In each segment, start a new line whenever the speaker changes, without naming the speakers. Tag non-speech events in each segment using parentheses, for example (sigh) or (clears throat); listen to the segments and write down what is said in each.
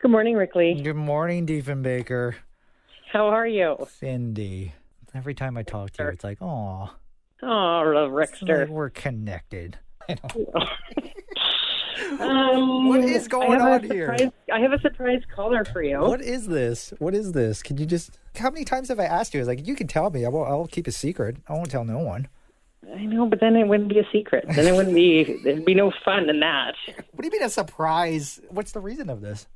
Good morning, Rick Lee.
Good morning, Diefenbaker.
How are you?
Cindy. Every time I talk to you, it's like, oh,
Oh, Rickster.
we're connected.
Um,
What is going
I have a
on here?
surprise- I have a surprise caller for you.
What is this? What is this? Can you just? How many times have I asked you? It's like you can tell me. I will. I'll keep a secret. I won't tell no one.
I know, but then it wouldn't be a secret. Then it wouldn't be. There'd be no fun in that.
What do you mean a surprise? What's the reason of this?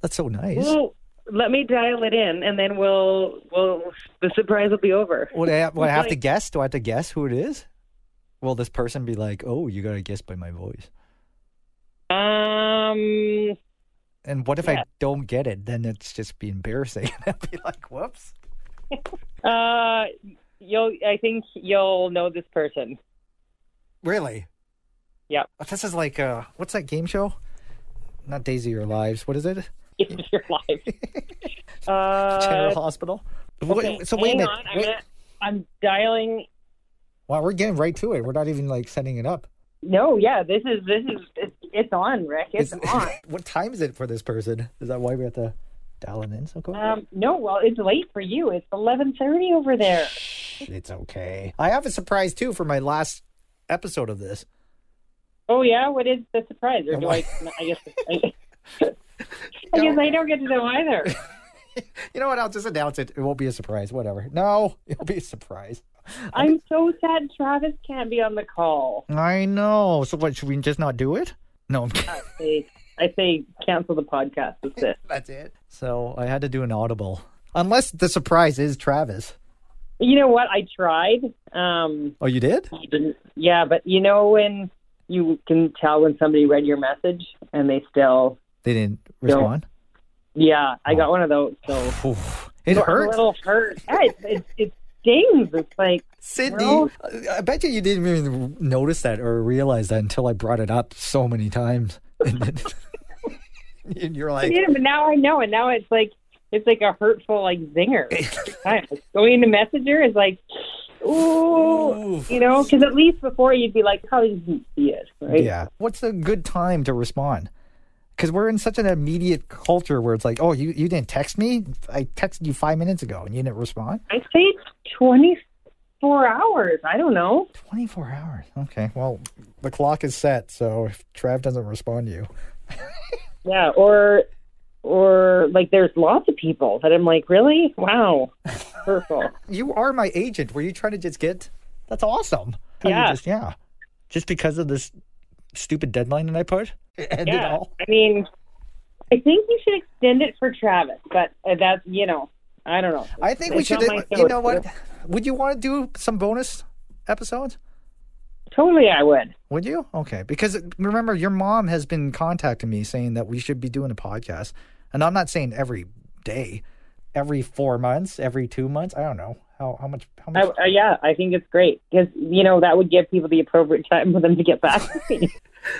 That's so nice.
Well, let me dial it in, and then we'll we'll the surprise will be over.
Would I, would I have to guess? Do I have to guess who it is? Will this person be like, oh, you got to guess by my voice?
Um,
And what if I don't get it? Then it's just be embarrassing. (laughs) I'd be like, whoops.
uh, you'll. I think you'll know this person. (laughs)
Really?
Yep.
This is like, uh, what's that game show? Not Daisy or Lives. What is it?
in your life.
(laughs) General
Uh,
Hospital.
okay,
Wait, so wait
hang
a minute.
on, I'm,
Wait-
gonna- I'm dialing.
Wow, we're getting right to it. We're not even like setting it up.
No, yeah, this is this is it's, it's on, Rick. It's
Is-
on.
(laughs) what time is it for this person? Is that why we have to dial it in so quick?
Um, no, well, it's late for you. It's eleven thirty over there.
it's okay. I have a surprise too for my last episode of this.
Oh yeah, what is the surprise? Or do I? I guess I, I guess I don't get to know either.
You know what? I'll just announce it. It won't be a surprise. Whatever. No, (laughs) it'll be a surprise.
I'm so sad Travis can't be on the call.
I know. So what? Should we just not do it? No, I'm (laughs) kidding.
I say, I say cancel the podcast. That's it.
That's it. So I had to do an audible. Unless the surprise is Travis.
You know what? I tried. Um,
Oh, you did?
didn't- yeah, but you know when you can tell when somebody read your message and they still.
They didn't respond.
Yeah, I got one of those. So
Oof. It
I'm a
hurts.
little hurt. Yeah, it, it, it stings. It's like
Sydney,
No.
I bet you you didn't even notice that or realize that until I brought it up so many times. (laughs) And, then- and you're like,
Yeah, but now I know, and now it's like it's like a hurtful like
(laughs)
zinger. I- Going into Messenger is like, ooh,
Oof.
you know, because at least before you'd be like, probably didn't see it, right?
yeah. What's a good time to respond? Because we're in such an immediate culture where it's like, oh, you, you didn't text me? I texted you five minutes ago and you didn't respond?
I say twenty four hours. I don't know.
24 hours. Okay. Well, the clock is set. So if Trav doesn't respond to you,
Yeah, or or like there's lots of people that I'm like, really? Wow, hurtful.
you are my agent. Were you trying to just get? That's awesome. How you
Yeah.
Just, yeah. Just because of this stupid deadline that I put, (laughs) it ended
yeah,
all.
I mean, I think you should extend it for Travis, but uh, that's you know, I don't know.
I think we
It's not
should.
my
You know
show.
what? Would you want to do some bonus episodes?
Totally, I would.
Would you? Okay. Because remember, your mom has been contacting me saying that we should be doing a podcast, and I'm not saying every day, every four months, every two months. I don't know how how much how
I,
much.
uh, yeah, I think it's great because you know that would give people the appropriate time for them to get
(laughs)
back. to me.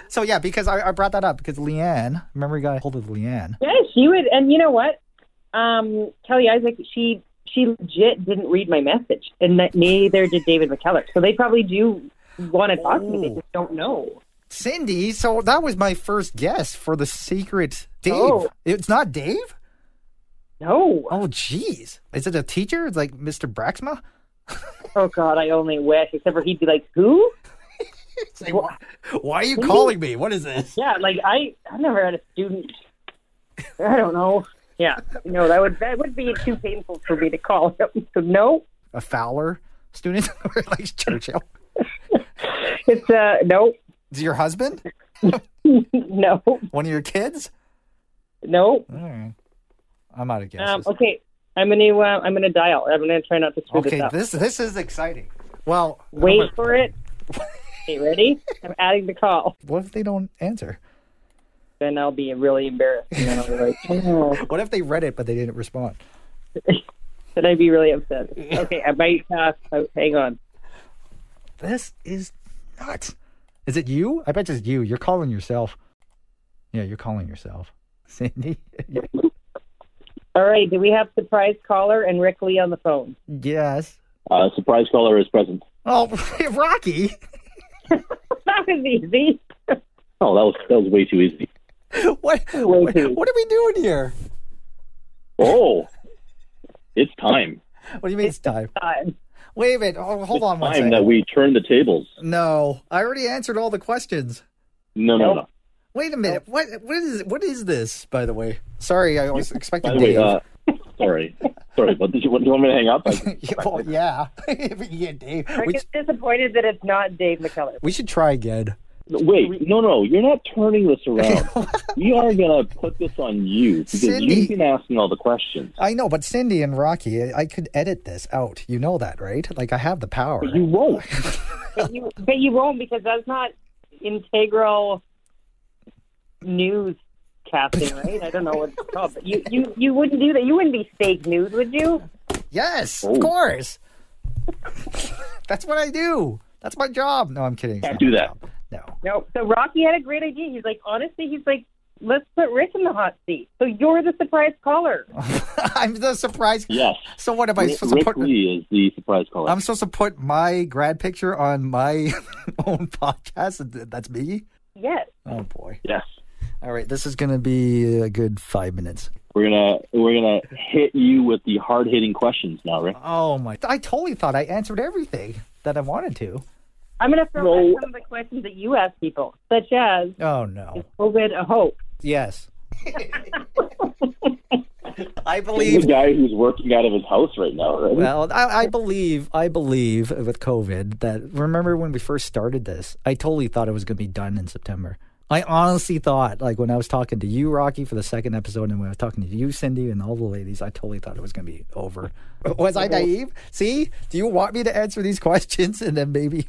So yeah, because I, I brought that up because Leanne, remember, you got a hold of Leanne.
yeah, she would, and you know what? Um, Kelly Isaac, she she legit didn't read my message, and that- neither did David McKellar. So they probably do want to talk to me.
Oh.
They just don't know.
Cindy, so that was my first guess for the secret Dave.
Oh.
It's not Dave?
No.
Oh, jeez. Is it a teacher? It's like Mr. Braxma?
Oh God, I only wish. Except for he'd be like, "Who?
It's like, why, why are you calling me? What is this?
Yeah, like I I never had a student. I don't know. Yeah, no, that would that would be too painful for me to call him. So no,
A Fowler student? (laughs) Or like Churchill?
it's uh no, (laughs)
Is it your husband?
no,
One of your kids?
no.
All right. I'm out of guesses.
Um, okay, I'm gonna uh, I'm gonna dial. I'm gonna try not to screw
Okay,
this up.
this this is exciting. Well,
Wait for it. Okay, ready? I'm adding the call.
what if they don't answer?
Then I'll be really embarrassed. And then I'll be like, (laughs) oh.
What if they read it but they didn't respond?
Then I'd be really upset. Okay, I might uh, oh, hang on.
This is nuts. Is it you? I bet it's you. You're calling yourself. Yeah, you're calling yourself. (laughs) Cindy?
All right, do we have surprise caller and Rick Lee on the phone? (laughs)
yes.
Uh, surprise caller is present.
Oh, (laughs) Rocky. (laughs)
that was easy.
Oh, that was that was way too easy.
what, what, what are we doing here?
Oh, it's time.
What do you mean it's time?
God.
Wait a minute. Oh, hold
It's
on one
time that
second.
we turn the tables.
No, I already answered all the questions.
No, no, no.
Nope.
Wait a minute. What what is what is this? By the way, sorry, I was
By
expecting
the way,
Dave.
uh, sorry, sorry, but did you, do you want me to
(laughs)
hang up? I-
yeah, (laughs) well, yeah, (laughs) yeah, Dave.
I'm
We,
just disappointed that it's not Dave McKellar.
we should try again.
Wait, no, no, you're not turning this
(laughs)
around. we are gonna put this on you because
Cindy.
you've been asking all the questions.
I know, but Cindy and Rocky, I, I could edit this out. You know that, right? Like I have the power.
But
(laughs)
you won't.
But you, but you won't because that's not integral news casting, right? I don't know what it's called, but you, you, you wouldn't do that. You wouldn't be fake news, would you?
Yes,
Oh.
of course. (laughs) That's what I do. That's my job. No, I'm kidding. It's
Can't
not
do
my
that.
job. No. (laughs)
No. So Rocky had a great idea. He's like, honestly, he's like, let's put Rick in the hot seat. So you're the surprise caller.
I'm the surprise.
Yes,
So what am I
Rick,
supposed to
Rick
put?
Lee is the surprise caller.
I'm supposed to put my grad picture on my (laughs) own podcast. That's me.
Yes.
Oh boy!
yes,
All right, this is going to be a good five minutes.
we're gonna we're gonna hit you with the hard hitting questions now, Rick.
Oh my! I totally thought I answered everything that I wanted to.
I'm going to throw
No.
out some of the questions that you ask people, such as,
Oh no!
COVID a hoax?
Yes. I
The
believe.
guy who's working out of his house right now, right?
Well, I, I believe, I believe with COVID that remember when we first started this, I totally thought it was going to be done in September. I honestly thought, like when I was talking to you, Rocky, for the second episode, and when I was talking to you, Cindy, and all the ladies, I totally thought it was going to be over. Was I naive? See, do you want me to answer these (laughs) questions and then maybe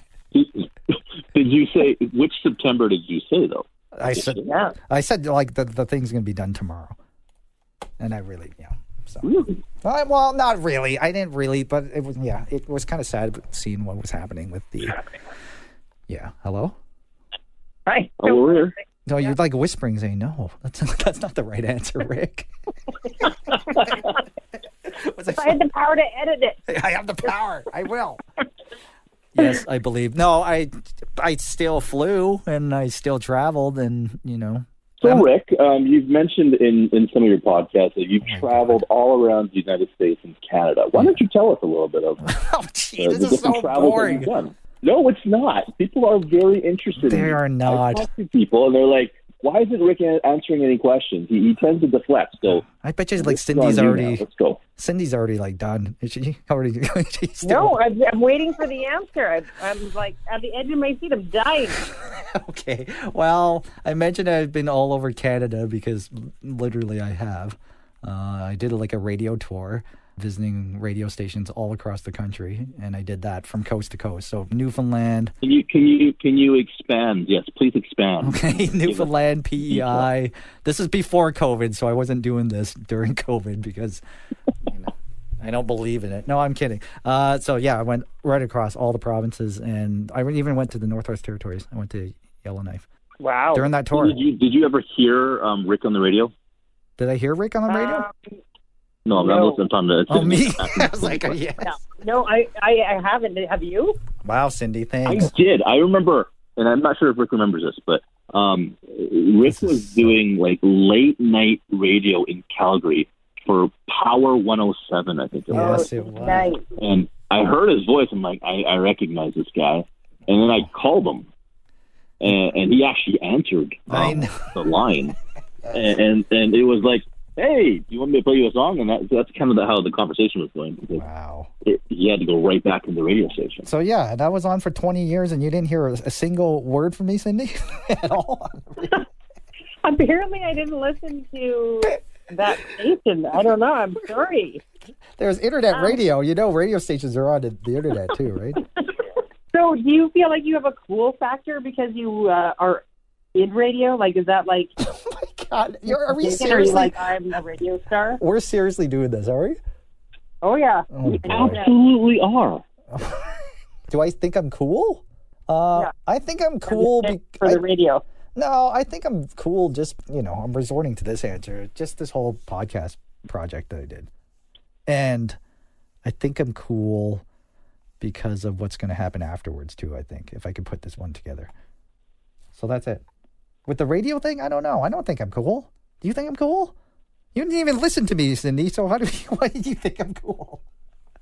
did you say which September did you say though?
I said,
Yeah.
I said like the the thing's going to be done tomorrow, and I really, yeah. So,
Really?
I, well, not really. I didn't really, but it was yeah. It was kind of sad seeing what was happening with the. Yeah. Hello.
Right.
Oh, we're here.
No, you're like whispering, saying no. That's that's not the right answer, Rick. (laughs) Was I
If I had the power to edit it.
I have the power. I will. Yes, I believe. No, I I still flew and I still traveled and you know (laughs)
So,
Um,
Rick, um, you've mentioned in, in some of your podcasts that
Oh
you've traveled all around the United States and Canada. Why don't you tell us a little bit of uh,
Oh gee, (laughs)
the
this is
different
so
travels that you've
boring.
done? No, it's not. People are very interested. in
They
you.
are
I
not.
talk to people, and they're like, "Why isn't Rick an- answering any questions? He, he tends to deflect." So,
I bet you like
this is on
Cindy's
you now.
already
Let's go.
Cindy's already like done. Is she (laughs) already she's still
No, I'm, I'm waiting for the answer. I'm, I'm like at the edge of my seat. I'm dying.
okay. Well, I mentioned I've been all over Canada because l- literally I have. Uh, I did like a radio tour, visiting radio stations all across the country, and I did that from coast to coast. So Newfoundland,
Can you can you can you expand? Yes, please
(laughs)
expand.
Newfoundland, PEI. This is before COVID, so I wasn't doing this during (laughs) COVID because you know, I don't believe in it. No, I'm kidding. Uh, so yeah, I went right across all the provinces, and I even went to the Northwest Territories. I went to Yellowknife
Wow.
during that tour.
Oh, Did you did you ever hear um, Rick on the radio?
Did I hear Rick on the radio?
Uh,
Um,
No, I'm
No.
not listening. I'm talking to
Oh, me? (laughs) I was like, oh, yes.
no, no I, I, I haven't. Have you?
Wow, Cindy,
(laughs) I
thanks.
did. I remember, and I'm not sure if Rick remembers this, but um, Rick
This is
was
so-
doing like late night radio in Calgary for Power 107, I think it was.
Yes, it was.
Nice.
And I heard his voice. I'm like, I, I recognize this guy. And then I called him, and, and he actually answered
I
um,
know.
the
(laughs)
line, and, and and it was like. Hey, do you want me to play you a song? And that, that's kind of the, how the conversation was going because
Wow.
it, he had to go right back to the radio station.
So, yeah, and I was on for 20 years and you didn't hear a, a single word from me, Cindy, (laughs) at all.
Apparently, I didn't listen to that station. I don't know. I'm sorry.
There was
Um,
internet radio. You know, radio stations are on the the internet too, right?
So, do you feel like you have a cool factor because you uh, are in radio? Like, is that like?
oh (laughs) my God. You're, are we
Are you
seriously?
Like, I'm a radio star.
We're seriously doing this, are we?
Oh yeah.
Oh, boy.
Absolutely are.
(laughs) Do I think I'm cool? Uh,
Yeah.
I think I'm cool.
Fit
Be-
for
I-
the radio.
No, I think I'm cool. Just you know, I'm resorting to this answer. Just this whole podcast project that I did, and I think I'm cool because of what's going to happen afterwards too. I think if I could put this one together, so that's it. With the radio thing, I don't know. I don't think I'm cool. Do you think I'm cool? You didn't even listen to me, Cindy. So how do you, (laughs) why do you think I'm cool?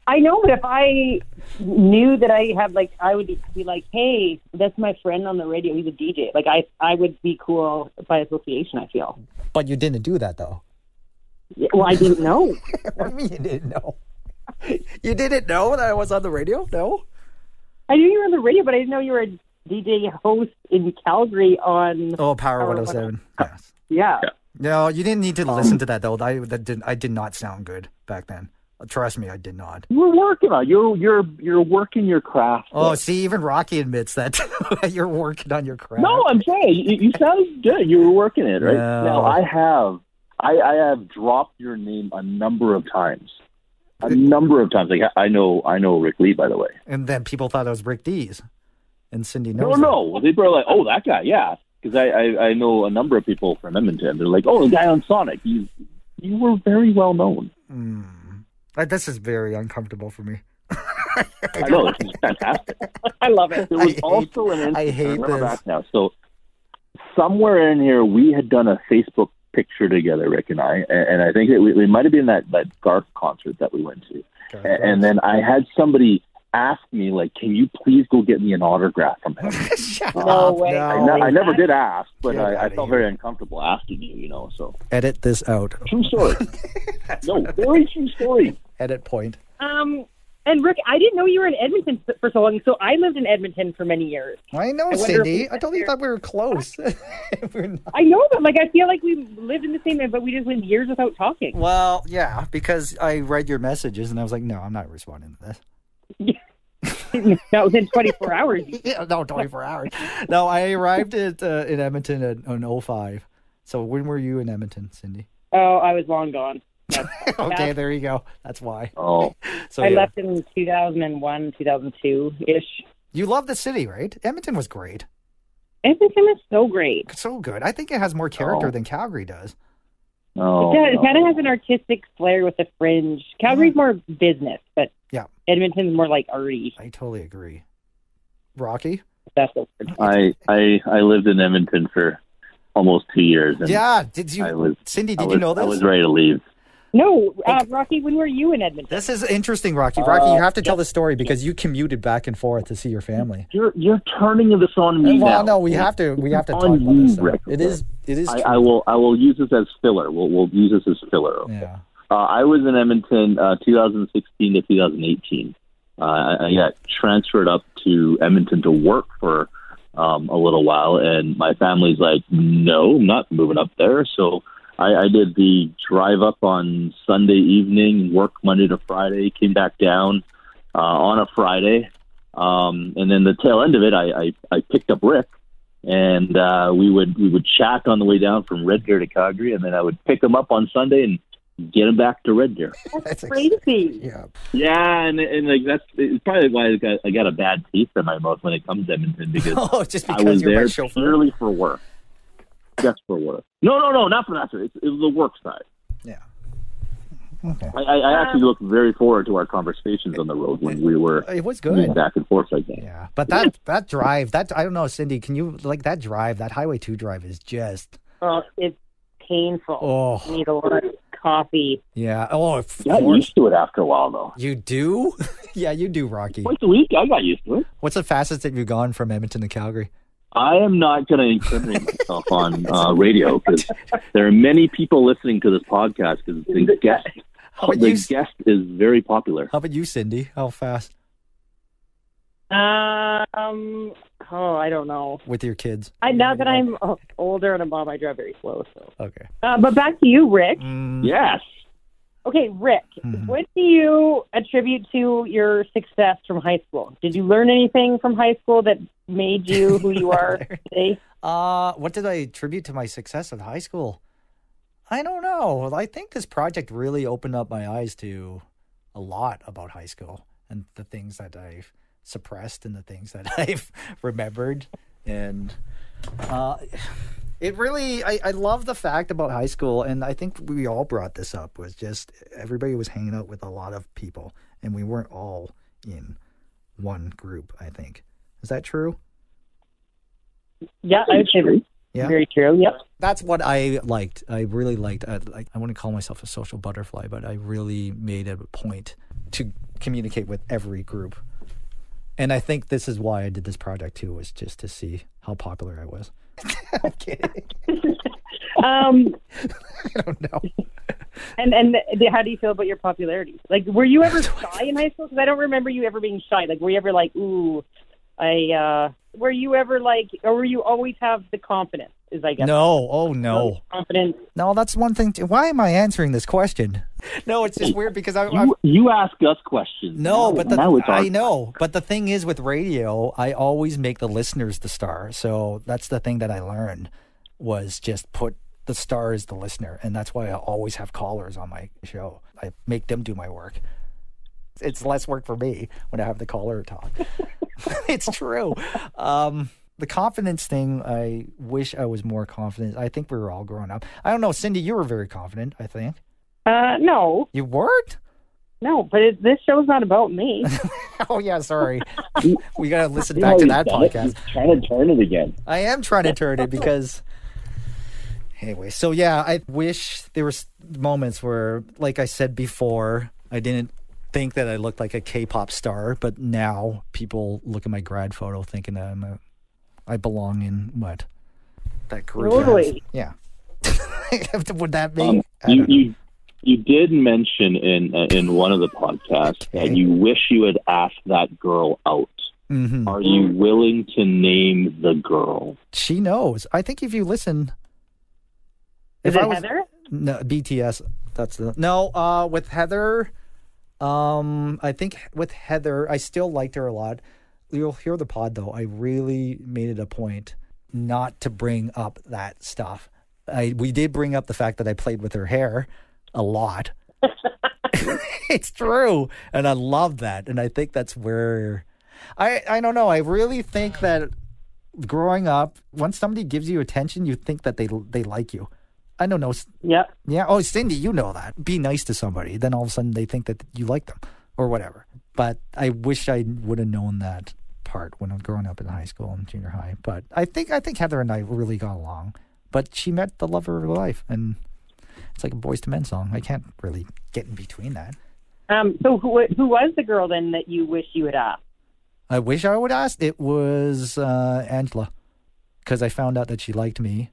I know, but if I knew that I had like, I would be like, "Hey, that's my friend on the radio. He's a DJ." Like, I I would be cool by association. I feel.
But you didn't do that though. (laughs)
Yeah, Well, I didn't know.
What do you mean you didn't know? (laughs) You didn't know that I was on the radio? No.
(laughs) I knew you were on the radio, but I didn't know you were a DJ host in Calgary on.
Oh, Power
Power
107. Yes.
Yeah.
No, you didn't need
Um.
to listen to that though. I that did I did not sound good back then. Trust me, I did not.
You were working on you're you're you're working your craft.
Oh, see, even Rocky admits that (laughs) you're working on your craft.
No, I'm saying you, you sounded good. You were working it right.
No.
Now I have, I, I have dropped your name a number of times, a number of times. Like I I know, I know Rick Lee by the way.
And then people thought I was Rick D's, and Cindy
No,
knows. that.
no, Well, people are like, oh, that guy, yeah, because I, I I know a number of people from Edmonton. They're like, oh, the guy on Sonic. You you were very well known.
Uh, This is very uncomfortable for me.
I know this is
(laughs)
fantastic. (laughs)
I love it.
There
I
was
hate-
also an
I
instance-
hate
remember
this.
back now. So somewhere in here, we had done a Facebook picture together, Rick and I, and, and I think that we, we might have been that that Garth concert that we went to.
God,
And, and then I had somebody ask me, like, "Can you please go get me an autograph
(laughs)
from him?"
(laughs) Shut
No
up,
way.
I, ne-
No.
I never did ask, but
Oh, Get
I, I
outta
felt
here.
very uncomfortable asking you, you know. So
Edit this out. (laughs)
true story. no, very true story.
Edit point.
Um, and Rick, I didn't know you were in Edmonton for so long. So I lived in Edmonton for many years.
I know,
wonder if
Cindy.
we-
I totally thought we were close. (laughs) We're not.
I know them. Like I feel like we lived in the same, but we just went years without talking. (laughs)
Well, yeah, because I read your messages and I was like, no, I'm not responding to this.
that was in 24 hours.
(laughs) Yeah, no, 24 hours. (laughs) no, I arrived at uh, in Edmonton at, on 05. So when were you in Edmonton, Cindy?
Oh, I was long gone.
(laughs) okay, there you go. That's why.
Oh,
So
I
yeah.
left in 2001, 2002 ish.
You love the city, right? Edmonton was great.
Edmonton is so great.
So good. I think it has more character
Oh.
than Calgary does. Oh,
no,
it
no.
kind of has an artistic flair with the fringe. Calgary's more business, but
Mm-hmm. Yeah.
Edmonton's more like arty.
I totally agree. Rocky?
That's the
I I I lived in Edmonton for almost two years. And
yeah. Did you,
I was-
Cindy?
I
Did
was,
you know
I
this?
was ready to leave.
No, uh, Rocky, when were you in Edmonton?
This is interesting, Rocky. Rocky,
Uh,
you have to tell the story because you commuted back and forth to see your family.
You're you're turning this on me
Well,
now.
no, we have to. We have to
It's
talk
on
about
you,
this. though.
Rick.
It is. It is.
I,
true.
I will I will use this as filler. We'll we'll use this as filler. okay?
yeah.
Uh, I was in Edmonton uh, 2016 to 2018. Uh, I, I got transferred up to Edmonton to work for um, a little while, and my family's like, "No, I'm not moving up there." So I, I did the drive up on Sunday evening, work Monday to Friday, came back down uh, on a Friday, um, and then the tail end of it, I, I, I picked up Rick. And uh, we would we would chat on the way down from Red Deer to Calgary, and then I would pick him up on Sunday and get him back to Red Deer.
That's ex-
Crazy.
yeah.
Yeah, and and like that's it's probably why I got, I got a bad taste in my mouth when it comes
(laughs)
to Edmonton because
Oh, just
I
because
was
you're my
there
chauffeur.
purely for work, just for work. No, no, no, not for that. sir. It's, it was the work side.
Yeah. Okay.
I, I, I actually look very forward to our conversations on the road when we were
It was
going
good.
back and forth like that.
Yeah, but that that drive, that I don't know, Cindy. Can you like that drive? That Highway Two drive is just
Oh, it's painful. I
oh
need a lot of coffee.
yeah oh. Of
Got
course.
used to it after a while though.
You do? (laughs) yeah, you do, Rocky.
Once a week, I got used to it.
What's the fastest that you've gone from Edmonton to Calgary?
I am not going to incriminate myself on uh, radio because there are many people listening to this podcast because the
(laughs)
guest
How about
the
Oh, you?
guest is very popular.
How about you, Cindy? How fast
Um. Oh, I don't know.
with your kids?
I, now that I'm uh, older and a mom, I drive very slow. So,
okay.
uh, but back to you, Rick.
Mm,
Yes.
Okay, Rick,
Mhm.
what do you attribute to your success from high school? Did you learn anything from high school that made you who
(laughs)
you are today?
Uh, what did I attribute to my success of high school? I don't know. I think this project really opened up my eyes to a lot about high school and the things that I've suppressed and the things that (laughs) I've remembered. And uh, it really, I, I love the fact about high school, and I think we all brought this up, was just everybody was hanging out with a lot of people, and we weren't all in one group, I think. Is that true?
Yeah, I would say
Yeah.
Very true. Yep.
That's what I liked. I really liked. I, like, I wouldn't call myself a social butterfly, but I really made it a point to communicate with every group. And I think this is why I did this project too, was just to see how popular I was. (laughs) I'm kidding.
Um,
I don't know.
and and the, how do you feel about your popularity? Like, were you ever shy in high school? Because I don't remember you ever being shy. Like, were you ever like, ooh, I? uh Were you ever like, or were you always have the confidence? Is I guess
No. Oh no.
confidence.
No, that's one thing. Too. Why am I answering this question? No, it's just weird because I, I'm
You, you ask us questions.
No, but the,
now it's our
I know. But the thing is, with radio, I always make the listeners the star. So that's the thing that I learned was just put the star as the listener, and that's why I always have callers on my show. I make them do my work. It's less work for me when I have the caller talk. (laughs) it's true. Um, the confidence thing, I wish I was more confident. I think we were all growing up. I don't know, Cindy, you were very confident. I think
Uh, no,
you weren't.
no. But it, this show's not about
(laughs)
me.
Oh yeah,
(laughs)
sorry. we gotta listen back to
He's
that
done it.
podcast.
He's trying to turn it again.
I am trying to turn it because. (laughs) Anyway, so yeah, I wish there was moments where, like I said before, I didn't think that I looked like a K-pop star, but now people look at my grad photo thinking that I'm a, I belong in what that group. has.
Totally.
Yeah. (laughs) Would that be?
Um,
I don't
you,
know.
you you did mention in uh, in one of the podcasts
Okay.
that you wish you had asked that girl out.
Mhm.
Are you willing to name the girl?
She knows. I think if you listen,
Is
I
it
was-
Heather?
No, BTS. That's the no. Uh, with Heather, um, I think with Heather, I still liked her a lot. You'll hear the pod though. I really made it a point not to bring up that stuff. I we did bring up the fact that I played with her hair a lot. (laughs) it's true, and I love that, and I think that's where I I don't know. I really think that growing up, once somebody gives you attention, you think that they they like you. I don't know.
Yep.
Yeah. Oh, Cindy, you know that. Be nice to somebody. Then all of a sudden they think that you like them or whatever. But I wish I would have known that part when I'm growing up in high school and junior high. But I think I think Heather and I really got along. But she met the lover of her life, and it's like a boys to men song. I can't really get in between that.
Um, so who who was the girl then that you wish you had asked?
I wish I would ask. It was uh, Angela because I found out that she liked me.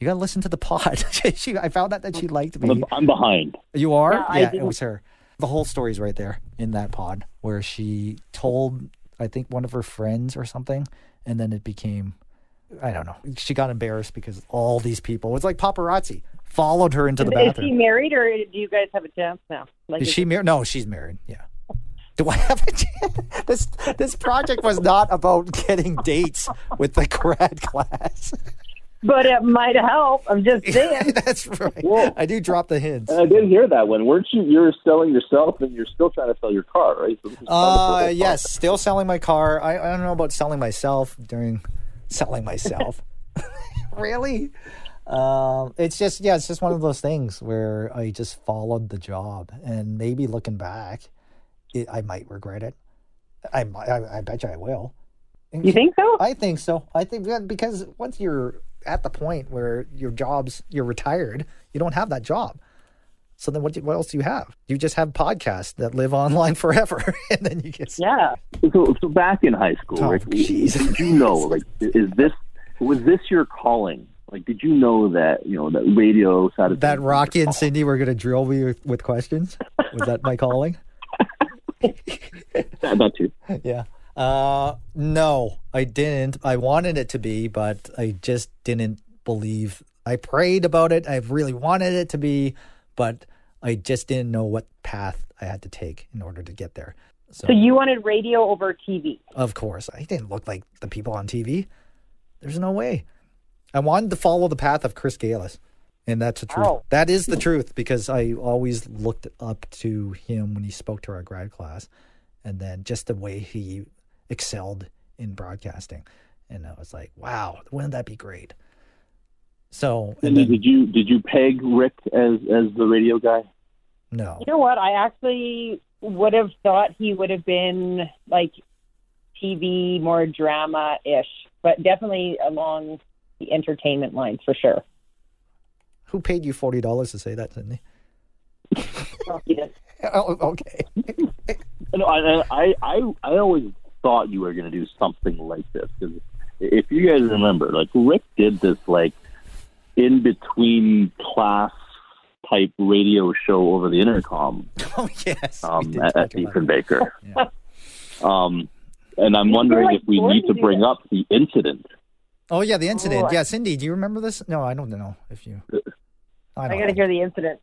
You gotta listen to the pod. (laughs) she, I found out that she liked me.
I'm- I'm behind.
You are?
Yeah, I
yeah, it
didn't-
was her. The whole story's right there in that pod where she told, I think, one of her friends or something, and then it became, I don't know. She got embarrassed because all these people, it's like paparazzi, followed her into the
Is she
bathroom.
married, or do you guys have a chance now? Like,
Is she married? No, she's married. Yeah. Do I have a chance? This, this project was not about getting dates with the grad class. (laughs)
but it might help. I'm just saying.
That's right.
Whoa.
I do drop the hints.
And I didn't hear that one. Weren't you? You're selling yourself, and you're still trying to sell your car, right? So this is part of
Uh,
the
yes, still selling my car. I, I don't know about selling myself during selling myself. really? Um, it's just yeah, it's just one of those things where I just followed the job, and maybe looking back, it, I might regret it. I, mi- I I bet you I will.
You think so?
I think so. I think that because once you're at the point where your job's you're retired, you don't have that job. So then, what do, what else do you have? You just have podcasts that live (laughs) online forever, and then you get
Yeah.
So, so back in high school,
Oh,
Rick,
jeez.
did you know? Like, is this was this your calling? Like, did you know that you know that radio side of (laughs)
that
things-
Rocky and Cindy were going to drill me with, with questions. Was that my calling?
that, that too?
Yeah. Uh, no, I didn't. I wanted it to be, but I just didn't believe. I prayed about it. I really wanted it to be, but I just didn't know what path I had to take in order to get there. So,
So you wanted radio over TV?
of course, I didn't look like the people on TV. There's no way. I wanted to follow the path of Chris Galis. And that's the truth.
Wow.
That is the truth because I always looked up to him when he spoke to our grad class and then just the way he excelled in broadcasting. And I was like, wow, wouldn't that be great? So, and
And
then,
did you did you peg Rick as as the radio guy?
no.
You know what? I actually would have thought he would have been like TV, more drama ish, but definitely along the entertainment line for sure.
Who paid you forty dollars to say that, Sydney?
Fuck yes.
(laughs) Oh, okay.
No, I, I, I, I always thought you were going to do something like this because if you guys remember, like Rick did this like in between class type radio show over the intercom
(laughs) Oh yes. we
um,
did
at,
talk about
at Ethan Baker. (laughs) Um, and I'm wondering
like
if we
born
need
to
to
do
bring up the incident.
it. Oh yeah, the incident.
Oh, I-
yeah, Cindy, do you remember this? No, I don't know if you. I
I
don't.
got to
know.
hear the incident.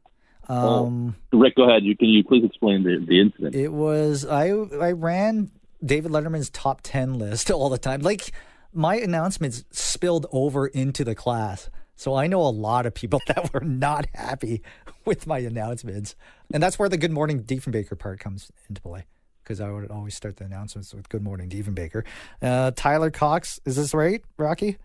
Um,
Rick, go ahead. You can you please explain the, the incident?
it was I. I ran David Letterman's top ten list (laughs) all the time. Like my announcements spilled over into the class, so I know a lot of people (laughs) that were not happy (laughs) with my announcements, and that's where the Good Morning Diefenbaker part comes into play. Because I would always start the announcements with "Good morning, Diefenbaker." Uh, Tyler Cox, is this right, Rocky?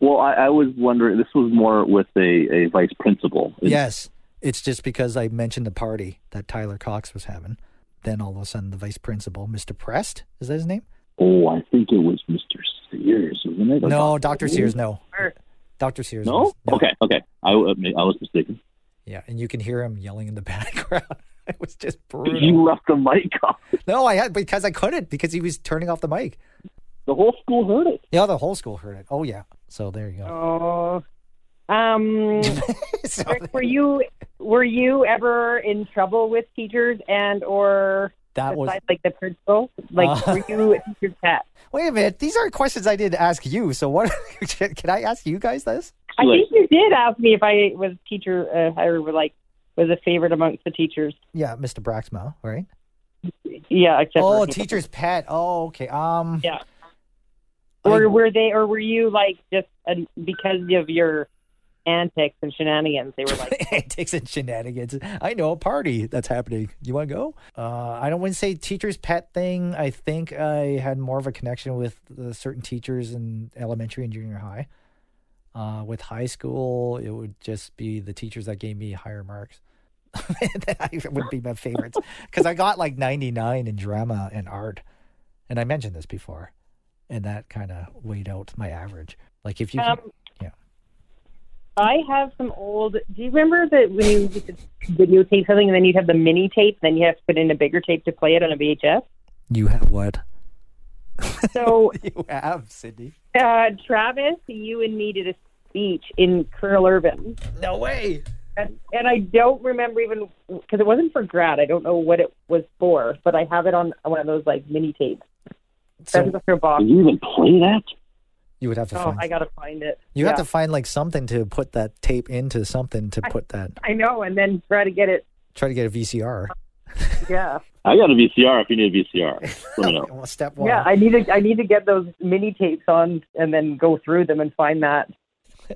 Well, I, I was wondering. This was more with a, a vice principal.
Yes. It's just because I mentioned the party that Tyler Cox was having. Then all of a sudden, the vice principal, Mr. Prest, is that his name?
Oh, I think it was Mr. Sears, wasn't it? Or
No, Dr. Sears, no.
Or-
Dr. Sears.
No?
was-
Okay, okay. I, w- I was mistaken.
Yeah, and you can hear him yelling in the (laughs) background. It was just brutal.
You left the mic off.
No, I had because I couldn't because he was turning off the mic.
The whole school heard it.
Yeah, the whole school heard it. Oh yeah, so there you go.
Oh. Um,
(laughs) So-
Rick, were you were you ever in trouble with teachers and or
(laughs) that was
besides, like the principal? Like
Uh.
were you a teacher's pet?
(laughs) wait a minute. These are questions I didn't ask you. So what? (laughs) can I ask you guys this?
I
Like,
think you did ask me if I was teacher uh, I were like was a favorite amongst the teachers.
Yeah, Mr. Braxma, right?
Yeah, except for-
Oh, teacher's pet. Oh, okay. Um,
Yeah. or were they or were you like just uh, because of your antics and shenanigans they were
(laughs)
like
antics and shenanigans. I know a party that's happening. You want to go? Uh, I don't want to say teacher's pet thing. I think I had more of a connection with uh, certain teachers in elementary and junior high. Uh, with high school, it would just be the teachers that gave me higher marks. (laughs) that would be my favorites because I got like 99 in drama and art. And I mentioned this before. And that kind of weighed out my average. Like if you,
um,
yeah.
I have some old. Do you remember that when you used to videotape something and then you'd have the mini tape, then you have to put in a bigger tape to play it on a VHS?
you have what? (laughs)
So
You have, Sydney.
uh, Travis, you and me did a speech in Colonel Urban,
No way.
and, and I don't remember even because it wasn't for grad. I don't know what it was for, but I have it on one of those like mini tapes.
So
That's your box.
Did you even play that?
you would have to
Oh,
find.
I gotta find it.
you have
Yeah.
to find like something to put that tape into something to put that.
I know, and then try to get it.
Try to get a VCR.
Oh. Yeah,
I got a VCR if you need a VCR. Let me
(laughs)
know.
Well, step one.
yeah. I need to. I need to get those mini tapes on, and then go through them and find that.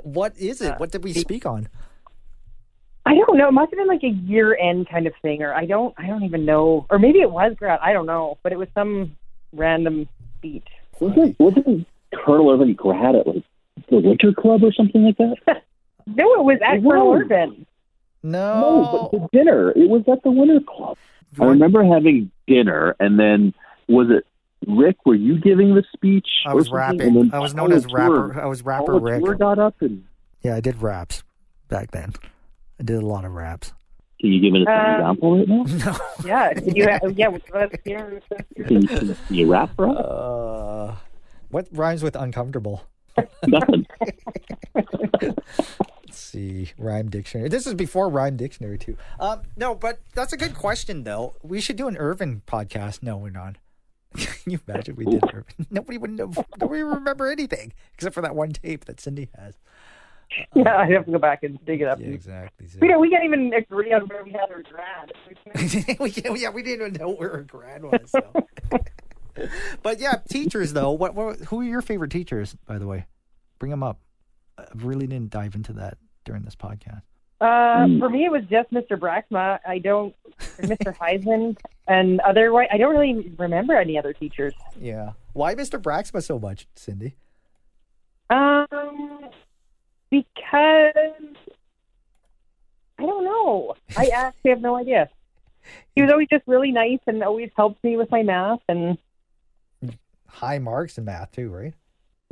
What is it? What did we speak on?
I don't know. It must have been like a year end kind of thing, or I don't. I don't even know. Or maybe it was grad. I don't know. But it was some random beat.
Wasn't, wasn't Colonel Irvin grad at like the Winter Club or something like that?
No, it was at
Whoa.
Colonel Urban. Oh.
No,
No.
but the dinner. It was at the Winter Club. I remember having dinner, and then was it Rick? Were you giving the speech?
I
or
was
something?
rapping.
And then
I was known as
Paula
rapper.
Tour-
I was rapper
Paula
Rick.
Tour got up and
Yeah, I did raps back then. I did a lot of raps.
can you give us an
Uh,
example right now?
No.
Yeah. Did you have, yeah. Let's hear.
Can you, can you rap for us?
Uh, what rhymes with uncomfortable?
Nothing.
Let's see rhyme dictionary this is before rhyme dictionary too um no but that's a good question though we should do an irvin podcast no we're not (laughs) can you imagine we did irvin (laughs) nobody would know nobody would remember anything except for that one tape that cindy has
(laughs) Yeah, I have to go back and dig it up.
yeah exactly so-
We don't. We can't even agree on where we had our grad.
(laughs) we, can't- yeah we didn't even know where her grad was so. (laughs) but yeah teachers though what, what who are your favorite teachers by the way bring them up i really didn't dive into that during this podcast
Uh, for me, it was just Mr. Braxma. I don't, Mr. Heisman, and other. I don't really remember any other teachers.
yeah why mr braxma so much cindy
Um, because I don't know. I actually have no idea. He was always just really nice and always helped me with my math. And
high marks in math too, right?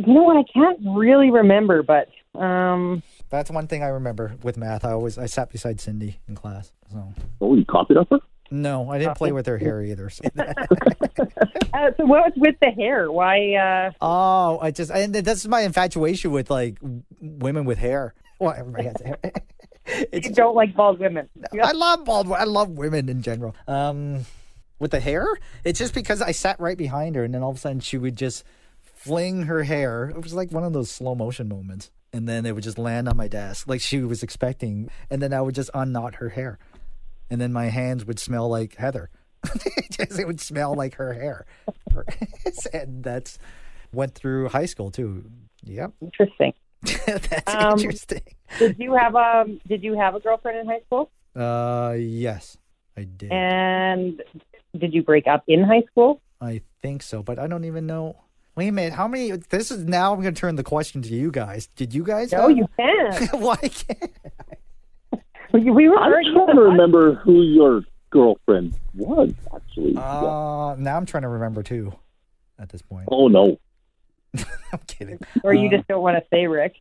you know what? I can't really remember, but Um,
That's one thing I remember with math. I always I sat beside Cindy in class. So
Oh, you copied off her?
no, I didn't play with her hair either. So.
uh, so what was with the hair? Why? Uh,
oh, I just and that's my infatuation with like w- women with hair. Well, everybody has hair. (laughs)
you
it's,
don't like bald women.
(laughs) I love bald. I love women in general. Um, with the hair, it's just because I sat right behind her, and then all of a sudden she would just fling her hair. It was like one of those slow motion moments, and then it would just land on my desk like she was expecting, and then I would just unknot her hair, and then my hands would smell like heather. (laughs) It just, it would smell like her hair, (laughs) and that's went through high school too. Yep, (laughs)
Interesting.
that's
Um,
interesting.
Did you have um? Did you have a girlfriend in high school?
Uh, yes, I did.
And did you break up in high school?
I think so, but I don't even know. Wait a minute, how many? This is now. I'm going to turn the question to you guys. Did you guys?
No,
have-
you can't.
(laughs) Why can't?
We we were
I'm
already-
trying to remember who your girlfriend was, actually. Yeah.
Uh, now I'm trying to remember too. At this point, (laughs)
Oh, no.
I'm kidding.
or you
Uh,
just don't want to say, Rick.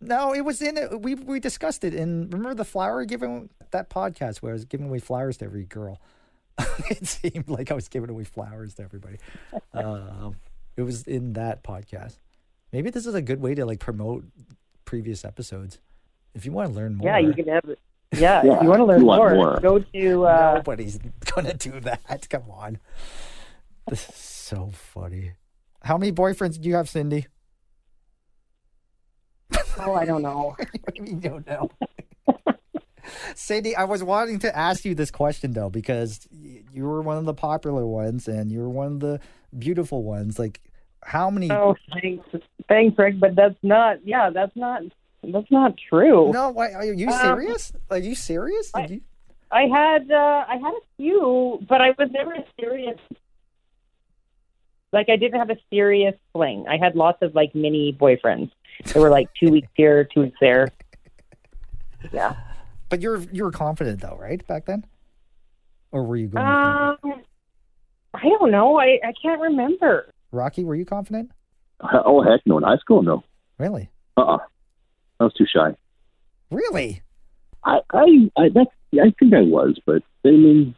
No, it was in it. We we discussed it in. Remember the flower giving that podcast where I was giving away flowers to every girl. (laughs) it seemed like I was giving away flowers to everybody. Um, it was in that podcast. Maybe this is a good way to like promote previous episodes. If you want to learn more,
Yeah, you can have. it. Yeah,
Yeah,
if you want to learn
you want
more,
more.
go to. Uh,
Nobody's (laughs) gonna do that. Come on. This is so funny. How many boyfriends do you have, Cindy?
oh, I don't know.
(laughs) you don't know. Cindy, I was wanting to ask you this question though, because y- you were one of the popular ones and you were one of the beautiful ones. Like, how many?
Oh, thanks, thanks, Rick. But that's not. Yeah, that's not. That's not true.
No, why, are you
Um,
serious? Are you serious? Did
I-
you-
I had. Uh, I had a few, but I was never serious. Like I didn't have a serious fling. I had lots of like mini boyfriends. They were like two weeks here, two weeks there. Yeah.
But you're you were confident though, right? Back then, or were you going? with me?
Um. I don't know. I, I can't remember.
Rocky, were you confident?
Oh, heck no. In high school? No.
Really?
Uh-uh. I was too shy.
Really?
I, I, I, that's, yeah, I think I was, but I mean,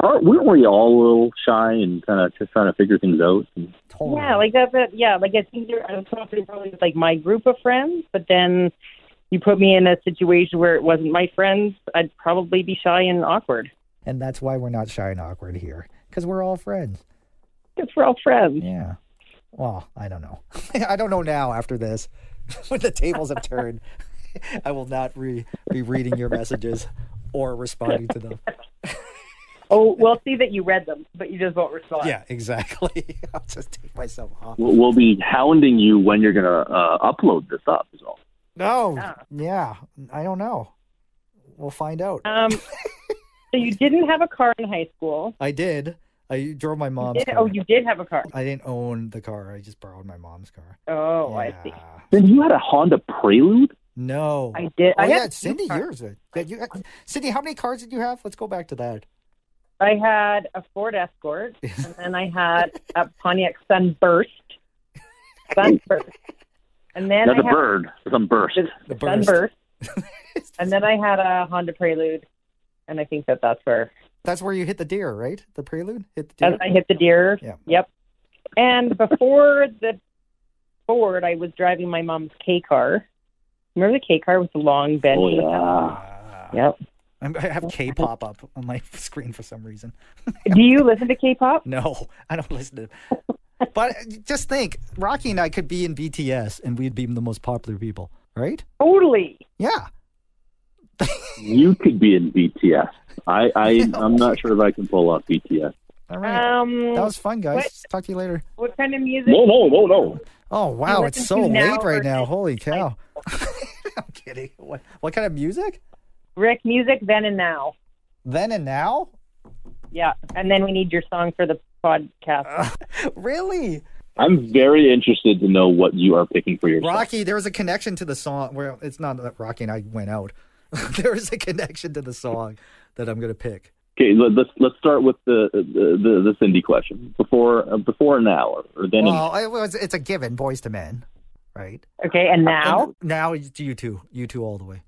aren't, weren't we all a little shy and kind of just trying to figure things out? And,
Totally.
Yeah, like that's it. Yeah, like I think there, I was confident probably with like my group of friends, but then you put me in a situation where it wasn't my friends, I'd probably be shy and awkward
And that's why we're not shy and awkward here, because we're all friends.
because we're all friends.
Yeah. Well, I don't know. (laughs) I don't know now after this. (laughs) when the tables have turned, (laughs) I will not re- be reading your messages or responding to them.
Oh, we'll see that you read them, (laughs) but you just won't respond.
Yeah, exactly. (laughs) I'll just take myself off.
we'll, we'll be hounding you when you're going to uh, upload this up is all.
No.
Yeah.
Yeah. I don't know. We'll find out.
Um, so you didn't have a car in high school.
I did. I drove my mom's
Did-
car.
oh, you did have a car.
I didn't own the car. I just borrowed my mom's car.
Oh,
yeah.
I see.
Then you had a Honda Prelude?
No.
I did.
Oh,
I
yeah,
had two
Cindy,
cars.
yours. are- That you, Cindy, how many cards did you have? Let's go back to that.
I had a Ford
(laughs)
Escort, and then I had a Pontiac Sunburst.
(laughs)
Sunburst. And then
Not
I
a
had
bird, some burst.
the,
The burst.
Sunburst. and then I had a Honda Prelude, and I think that that's where
That's where you hit the deer, right? The prelude hit the
as
deer.
I hit the deer.
Yeah.
Yep. And before the Ford, I was driving my mom's K car. Remember the K car with the long bench?
Oh, yeah.
Yep.
Ah. I'm- I have K pop up on my (laughs) screen for some reason.
Do you listen to K-pop?
No, I don't listen to. But uh, just think, Rocky and I could be in BTS, and we'd be the most popular people, right?
Totally.
Yeah.
You could be in BTS. I,
(laughs)
I, I'm not sure if I can pull off BTS.
All right.
Um,
that was fun, guys.
what-
Talk to you later.
what kind of music?
No, no, no, no.
Oh wow,
listen
it's so
to
late
now
right now.
versus,
Holy cow! (laughs) I'm kidding. What what kind of music?
Rick, music then and now.
Then and now?
Yeah, and then we need your song for the podcast.
Uh,
Really?
I'm very interested to know what you are picking for yourself.
Rocky, there was a connection to the song. Well, it's not that Rocky and I went out. (laughs) there is a connection to the song that I'm gonna pick.
Okay, let- let's let's start with the the, the, the Cindy question before uh, before an hour or then. an-
Well, it was, it's a given, boys to men. right?
Okay, and now
Now it's you two, you two all the way.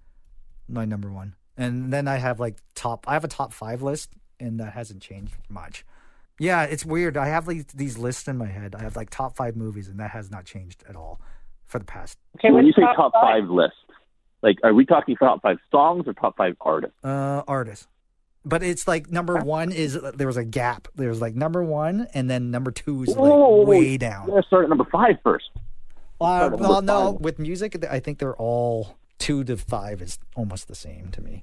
My number one, and then I have like top. I have a top five list, and that hasn't changed much. Yeah, it's weird. I have like, these lists in my head. I have like top five movies, and that has not changed at all for the past.
okay,
when
what's
you say
top,
top five list, like, are we talking top five songs or top five artists?
uh artist but it's like number one is uh, there was a gap there was like number one and then number two is like
Whoa,
way down
I'm gonna start at number five first.
uh,
at
well
number
no
five.
with music i think they're all two to five is almost the same to me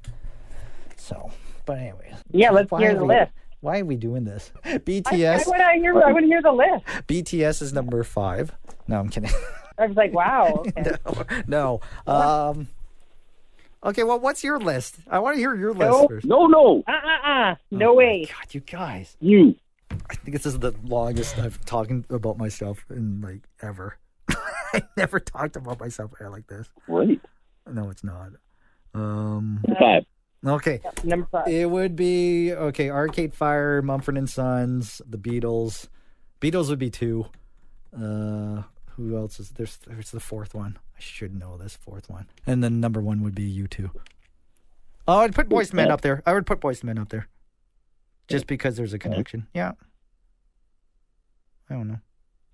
so but anyway
Yeah, let's hear
are
the
we-
list.
why are we doing this
I
bts
want to hear. I want to hear the list.
bts is number five no i'm kidding (laughs)
I was like, wow. Okay.
no um okay well what's your list i want to hear your list
No.
first
No, no,
Uh uh uh.
Oh
No way.
god you guys
you.
I think this is the longest I've talking about myself in like ever. (laughs) I never talked about myself like this.
Great.
No, it's not. Um.
Five.
Okay.
Number five.
It would be okay. Arcade Fire, Mumford and Sons, The Beatles. Beatles would be two. Uh, who else is there's? There's the fourth one. I should know this fourth one. And then number one would be you two. Oh, I'd put Boys Men up there. I would put Boys Men up there, just because there's a connection. Yeah. I don't know.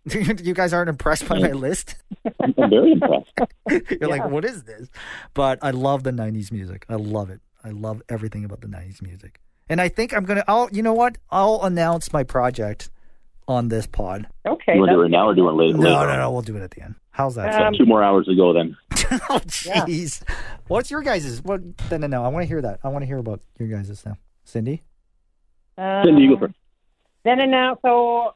(laughs) you guys aren't impressed by my list.
I'm I'm very (laughs) impressed.
(laughs) You're like, what is this? But I love the '90s music. I love it. I love everything about the '90s music. And I think I'm gonna. I'll. You know what? I'll announce my project on this pod.
Okay.
You want to do it
that's-
now or do you want to later?
No,
later?
no, no. We'll do it at the end. How's that?
Um,
Two more hours to go then.
sound? (laughs)
(laughs)
oh, jeez. What's your guys's? What? No, no, no. I want to hear that. I want to hear about your guys's now. Cindy.
Um,
Cindy, you go first.
Then and now. So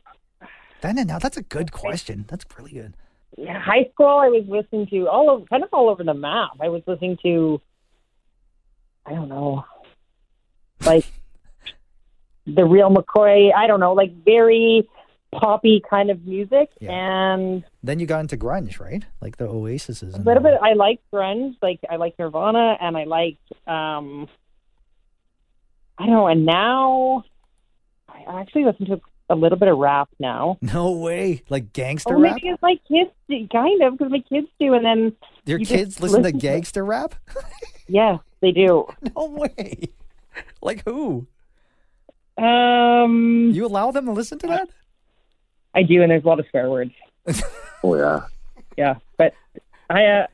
Then and now. That's a good question. That's really good.
yeah, high school, I was listening to all over, kind of all over the map. I was listening to, I don't know, like (laughs) the real McCoy. I don't know, like very poppy kind of music,
Yeah.
and
Then you got into grunge, right? Like the Oasis is.
a little bit. I like grunge, like I like Nirvana, and I like, um, I don't know. And now, I actually listen to a little bit of rap now.
No way. Like gangster
Only
rap.
because my kids, do, kind of, because my kids do, and then
Your
you just
kids listen to
listen to-
gangster rap?
yes, they do.
No way. Like who?
Um,
You allow them to listen to that?
I do, and there's a lot of swear words.
Oh yeah.
Yeah, but I, uh,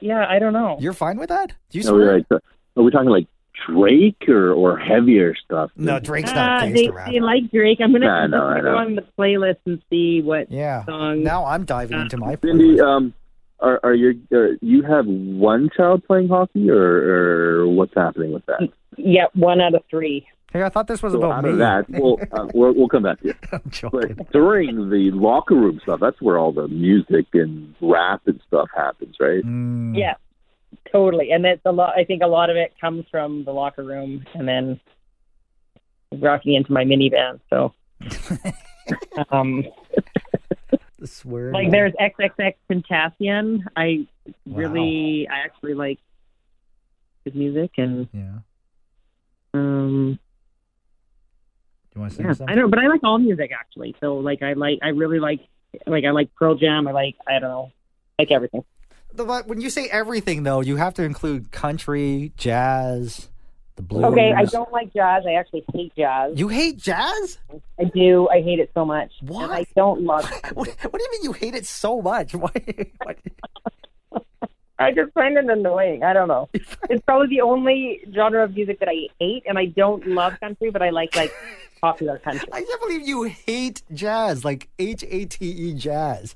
yeah, I don't know.
You're fine with that? Do you
No, we're
swear?
like, are we talking like Drake or or heavier stuff?
No, Drake's
Ah,
not a
they,
gangster rap.
they like Drake. I'm gonna
Nah, I know,
I'm
I
gonna go
know.
on the playlist and see what
Yeah.
song.
Now I'm diving into my
Cindy,
playlist.
um, are are you are, you have one child playing hockey, or, or what's happening with that?
Yeah, one out of three.
Hey, I thought this was
So
about
out
me.
of that, we'll, uh, we'll we'll come back to you.
(laughs) I'm joking.
But during the locker room stuff, that's where all the music and rap and stuff happens, right?
Mm.
Yeah, totally. And that's a lot. I think a lot of it comes from the locker room, and then rocking into my minivan.
(laughs)
So. um,
The swear.
like there's XXX Tentacion. I really, I actually like his music and
Yeah.
um,
You want to sing
yeah, I
something?
don't. But I like all music actually. So like, I like, I really like, like I like Pearl Jam. I like, I don't know, like everything.
The- but when you say everything, though, you have to include country, jazz, the blues.
Okay, I don't like jazz. I actually hate jazz.
Oh, You hate jazz? (laughs)
I do. I hate it so much. And
What?
I don't love.
(laughs)
it.
What, what do you mean you hate it so much? (laughs) Why? why
I just find it annoying. I don't know. It's probably the only genre of music that I hate, and I don't love country, but I like
(laughs)
like popular country.
I can't believe you hate jazz, like H A T E jazz.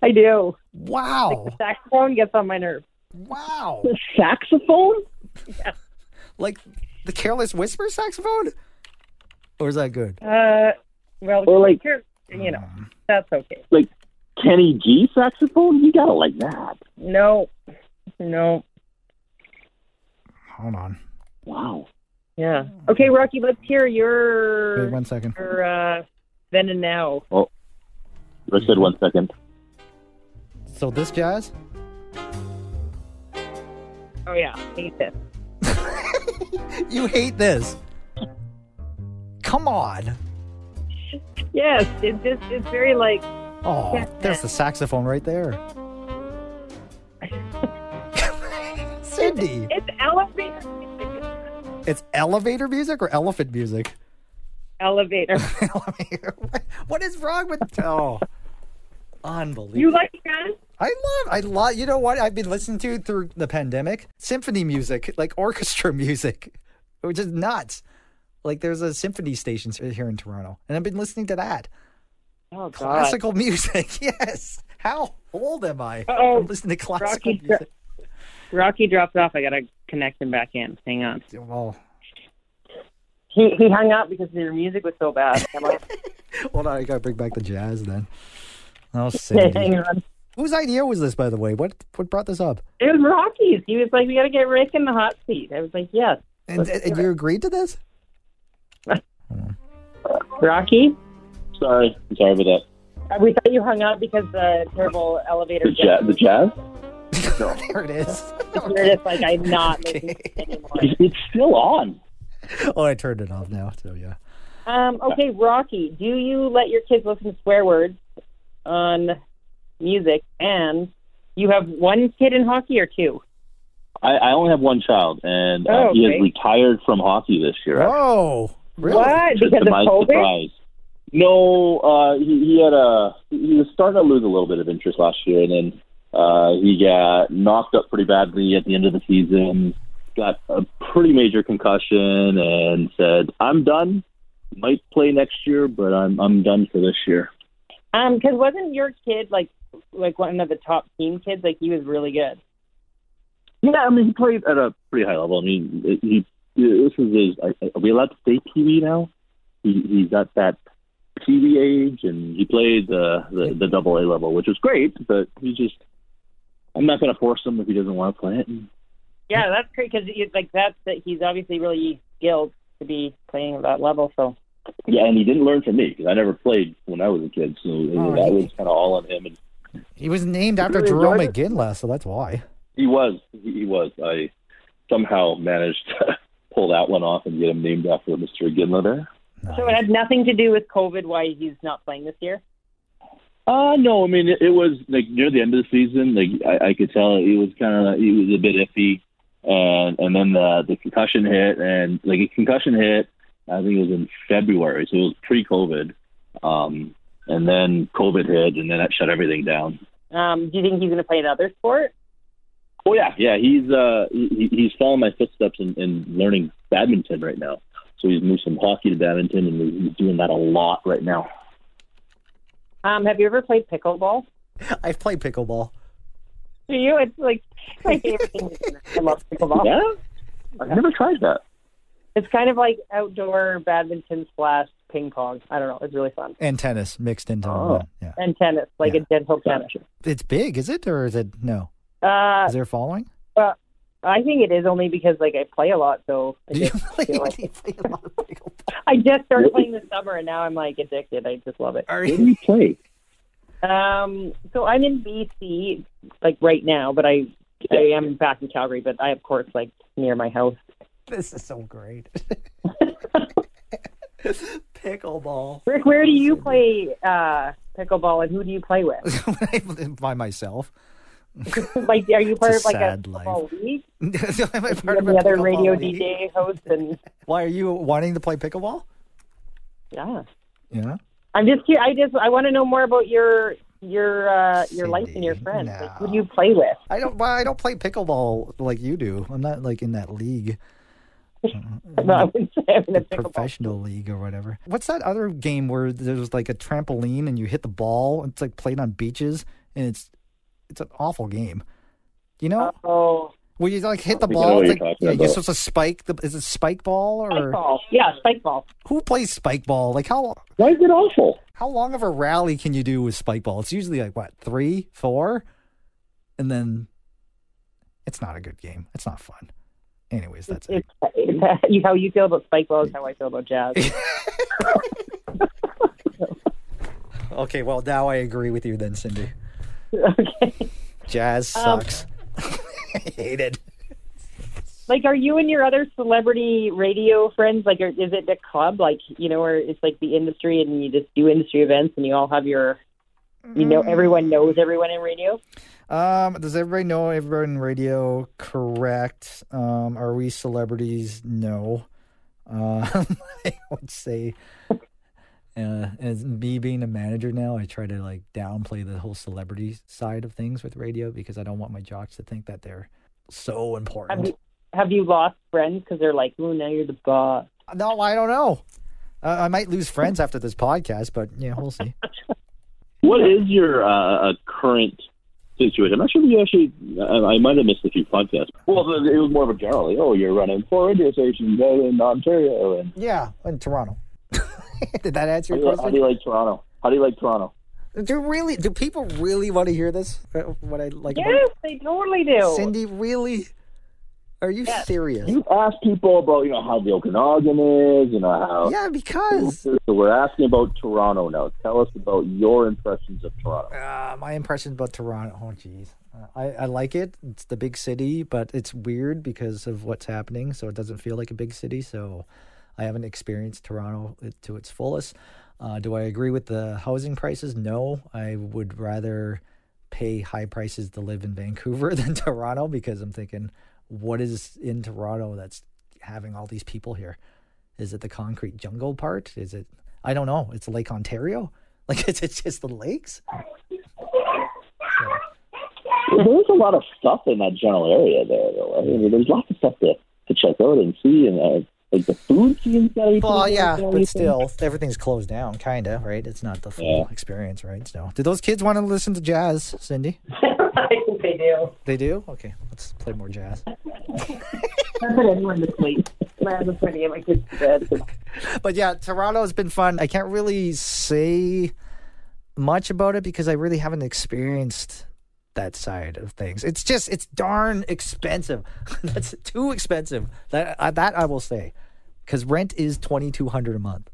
I do.
Wow.
The saxophone gets on my nerves.
Wow.
saxophone?
Like the Careless Whisper saxophone? Or is that good? Um,
Uh, well,
Or like-
here- you
Uh.
know, that's okay.
Like Kenny G saxophone, you gotta like that.
No, no,
Hold on.
Wow.
yeah. Okay, Rocky, let's hear
Wait
your,
one second.
your uh, then and now.
I said one second.
So this jazz?
Oh yeah, hate this.
You hate this. Come on.
Yes, it just it's very like (laughs)
Oh, there's the saxophone right there. Andy.
It's elevator.
It's elevator music or elephant music? (laughs)
Elevator.
Elevator. what is wrong with oh? Unbelievable.
You like that?
I love I love you know what I've been listening to through the pandemic? Symphony music, like orchestra (laughs) music, which is nuts. Like there's a symphony station here in Toronto, and I've been listening to that.
Oh God.
Classical music. (laughs) Yes. How old am I?
Uh-oh.
I'm listening to classical
Rocky
music.
Rocky dropped off. I gotta connect him back in. Hang on.
Well,
He he hung up because their music was so bad. Come on.
hold on, I gotta bring back the jazz then.
(laughs)
Oh, Cindy.
Hang on.
Whose idea was this, by the way? What what brought this up?
It was Rocky's. He was like, "We gotta get Rick in the hot seat." I was like, "Yes."
And, and you agreed to this?
Rocky,
Sorry, I'm sorry about that.
uh, we thought you hung up because the terrible elevator.
(laughs) The jazz, the
(laughs)
jazz.
There
(laughs)
it is.
You're just like, I'm not listening to it anymore.
It's still on.
oh, I turned it off now. So yeah.
Um, okay, Rocky, do you let your kids listen to swear words on music? And you have one kid in hockey or two?
I, I only have one child, and uh,
Oh,
he
okay.
has retired from hockey this year.
Oh, really?
What?
To-
Because
to
of
my
COVID?
surprise. No, uh, he, he had a he was starting to lose a little bit of interest last year, and then uh, he got knocked up pretty badly at the end of the season. Got a pretty major concussion, and said, "I'm done. Might play next year, but I'm I'm done for this year."
Um, because wasn't your kid like like one of the top team kids? Like he was really good.
Yeah, I mean, he played at a pretty high level. I mean, it- he this is his. I- Are we allowed to say TV now? He, he's at that TV age, and he played the the, the double A level, which is great. But he just, I'm not going to force him if he doesn't want to play it.
Yeah, that's great because like that's that he's obviously really skilled to be playing at that level. So
Yeah, and he didn't learn from me because I never played when I was a kid, so that was kind of all on him. And
He was named after
Really
Jerome
enjoyed
McGinley, so that's why.
he was, he he was. I somehow managed to (laughs) pull that one off and get him named after Mr. Ginla there.
so it had nothing to do with COVID why he's not playing this year.
Uh no, I mean it, it was like near the end of the season. Like I, I could tell it was kind of it was a bit iffy, and and then uh, the the concussion hit, and like a concussion hit. I think it was in February, so it was pre-COVID. Um, and then COVID hit, and then that shut everything down.
Um, do you think he's going to play another sport?
Oh yeah, yeah. He's uh he, he- he's following my footsteps in, in learning badminton right now. So he's moved from hockey to badminton, and he's- he's doing that a lot right now.
Um, have you ever played pickleball?
I've played pickleball.
Do you? It's like it's my favorite thing. to do. I love
(laughs)
pickleball.
Yeah, I've never tried that.
It's kind of like outdoor badminton slash ping pong. I don't know. It's really fun.
And tennis mixed into
Oh.
one. Yeah.
And tennis, like a gentle tennis.
It's big, is it? Or is it no?
Uh,
Is there a following?
I think it is only because like I play a lot, so I
Do you
just,
play,
feel like-
do you play a lot of
(laughs)
pickleball? (laughs)
I just started playing this summer, and now I'm like addicted. I just love it.
Are
Where
you-
do you play?
Um, so I'm in BC, like right now, but I I am back in Calgary, but I of course like near my house.
this is so great.
(laughs)
pickleball. (laughs)
Rick, where do you play uh, pickleball, and who do you play with?
I live by myself. (laughs)
like, are you part
It's
of
a
like a
sad life.
pickleball league?
Am I
You
part
have
of a
the other
pickleball
radio
league?
DJ hosts, and
Why are you wanting to play pickleball?
yeah,
Yeah.
I'm just curious. I just I want to know more about your your uh, your life and your
Cindy,
friends. Like, who
no.
do you play with?
I don't. Well, I don't play pickleball like you do. I'm not like in that league.
No, I wouldn't say I'm in a pickleball.
Mm-hmm. professional league or whatever. What's that other game where there's like a trampoline and you hit the ball? It's like played on beaches and it's it's an awful game. You know,
Oh,
where you like hit the
I Uh, know
ball,
what
it's
you're
like,
talking
you're
about.
supposed to spike the is it spike ball
spike
or
ball. Yeah, spike ball.
who plays spike ball? Like how
Why is it awful?
how long of a rally can you do with spike ball? It's usually like what three, four, and then it's not a good game. It's not fun. Anyways, that's it.
It's, it's (laughs) how you feel about spike ball is how I feel about jazz.
(laughs)
(laughs)
Okay, well now I agree with you then, Cindy.
okay.
Jazz
Um,
sucks. (laughs) I hate it.
Like, are you and your other celebrity radio friends like? Are, is it the club, like you know, or it's like the industry, and you just do industry events, and you all have your You know, everyone knows everyone in radio.
Um, does everybody know everyone in radio? Correct. Um, are we celebrities? No. Uh, (laughs) I would say, uh, as me being a manager now, I try to like downplay the whole celebrity side of things with radio because I don't want my jocks to think that they're so important.
Have you have you lost friends because they're like, "Ooh, now you're the boss."
No, I don't know. Uh, I might lose friends after this podcast, but yeah, we'll see.
What is your uh, uh, current situation? I'm not sure if you actually. uh, I, I might have missed a few podcasts. Well, it was more of a general. Like, oh, you're running four radio stations out in Ontario, and
Yeah, in Toronto. (laughs) Did that answer
how do,
your
you, how do
question?
you like Toronto? How do you like Toronto?
Do really? Do people really want to hear this? Uh, What I like? about-
Yes, they totally do.
Cindy, really? Are you serious?
You ask people about you know how the Okanagan is, you know how.
yeah, because
So we're asking about Toronto now. Tell us about your impressions of Toronto.
uh, my impressions about Toronto. Oh, jeez. Uh, I, I like it. It's the big city, but it's weird because of what's happening. So it doesn't feel like a big city. So I haven't experienced Toronto to its fullest. Uh, do I agree with the housing prices? No. I would rather pay high prices to live in (laughs) Vancouver than Toronto because I'm thinking, what is in Toronto that's having all these people here? Is it the concrete jungle part? Is it, I don't know. It's Lake Ontario? (laughs) Like, is it just the lakes?
There's a lot of stuff in that general area there, though. right? I mean, there's lots of stuff to, to check out and see, and uh, like the food scene's got to be.
Well,
pretty
yeah,
good,
but
everything.
still, everything's closed down, kind of, right? It's not the full experience, right? So, do those kids want to listen to jazz, Cindy?
(laughs) I think they do.
They do. Okay, let's play more jazz.
I put anyone to sleep. I was trying to get my kids to bed.
But yeah, Toronto has been fun. I can't really say much about it because I really haven't experienced that side of things. It's just it's darn expensive. (laughs) That's too expensive. That I, that I will say, because rent is twenty two hundred a month.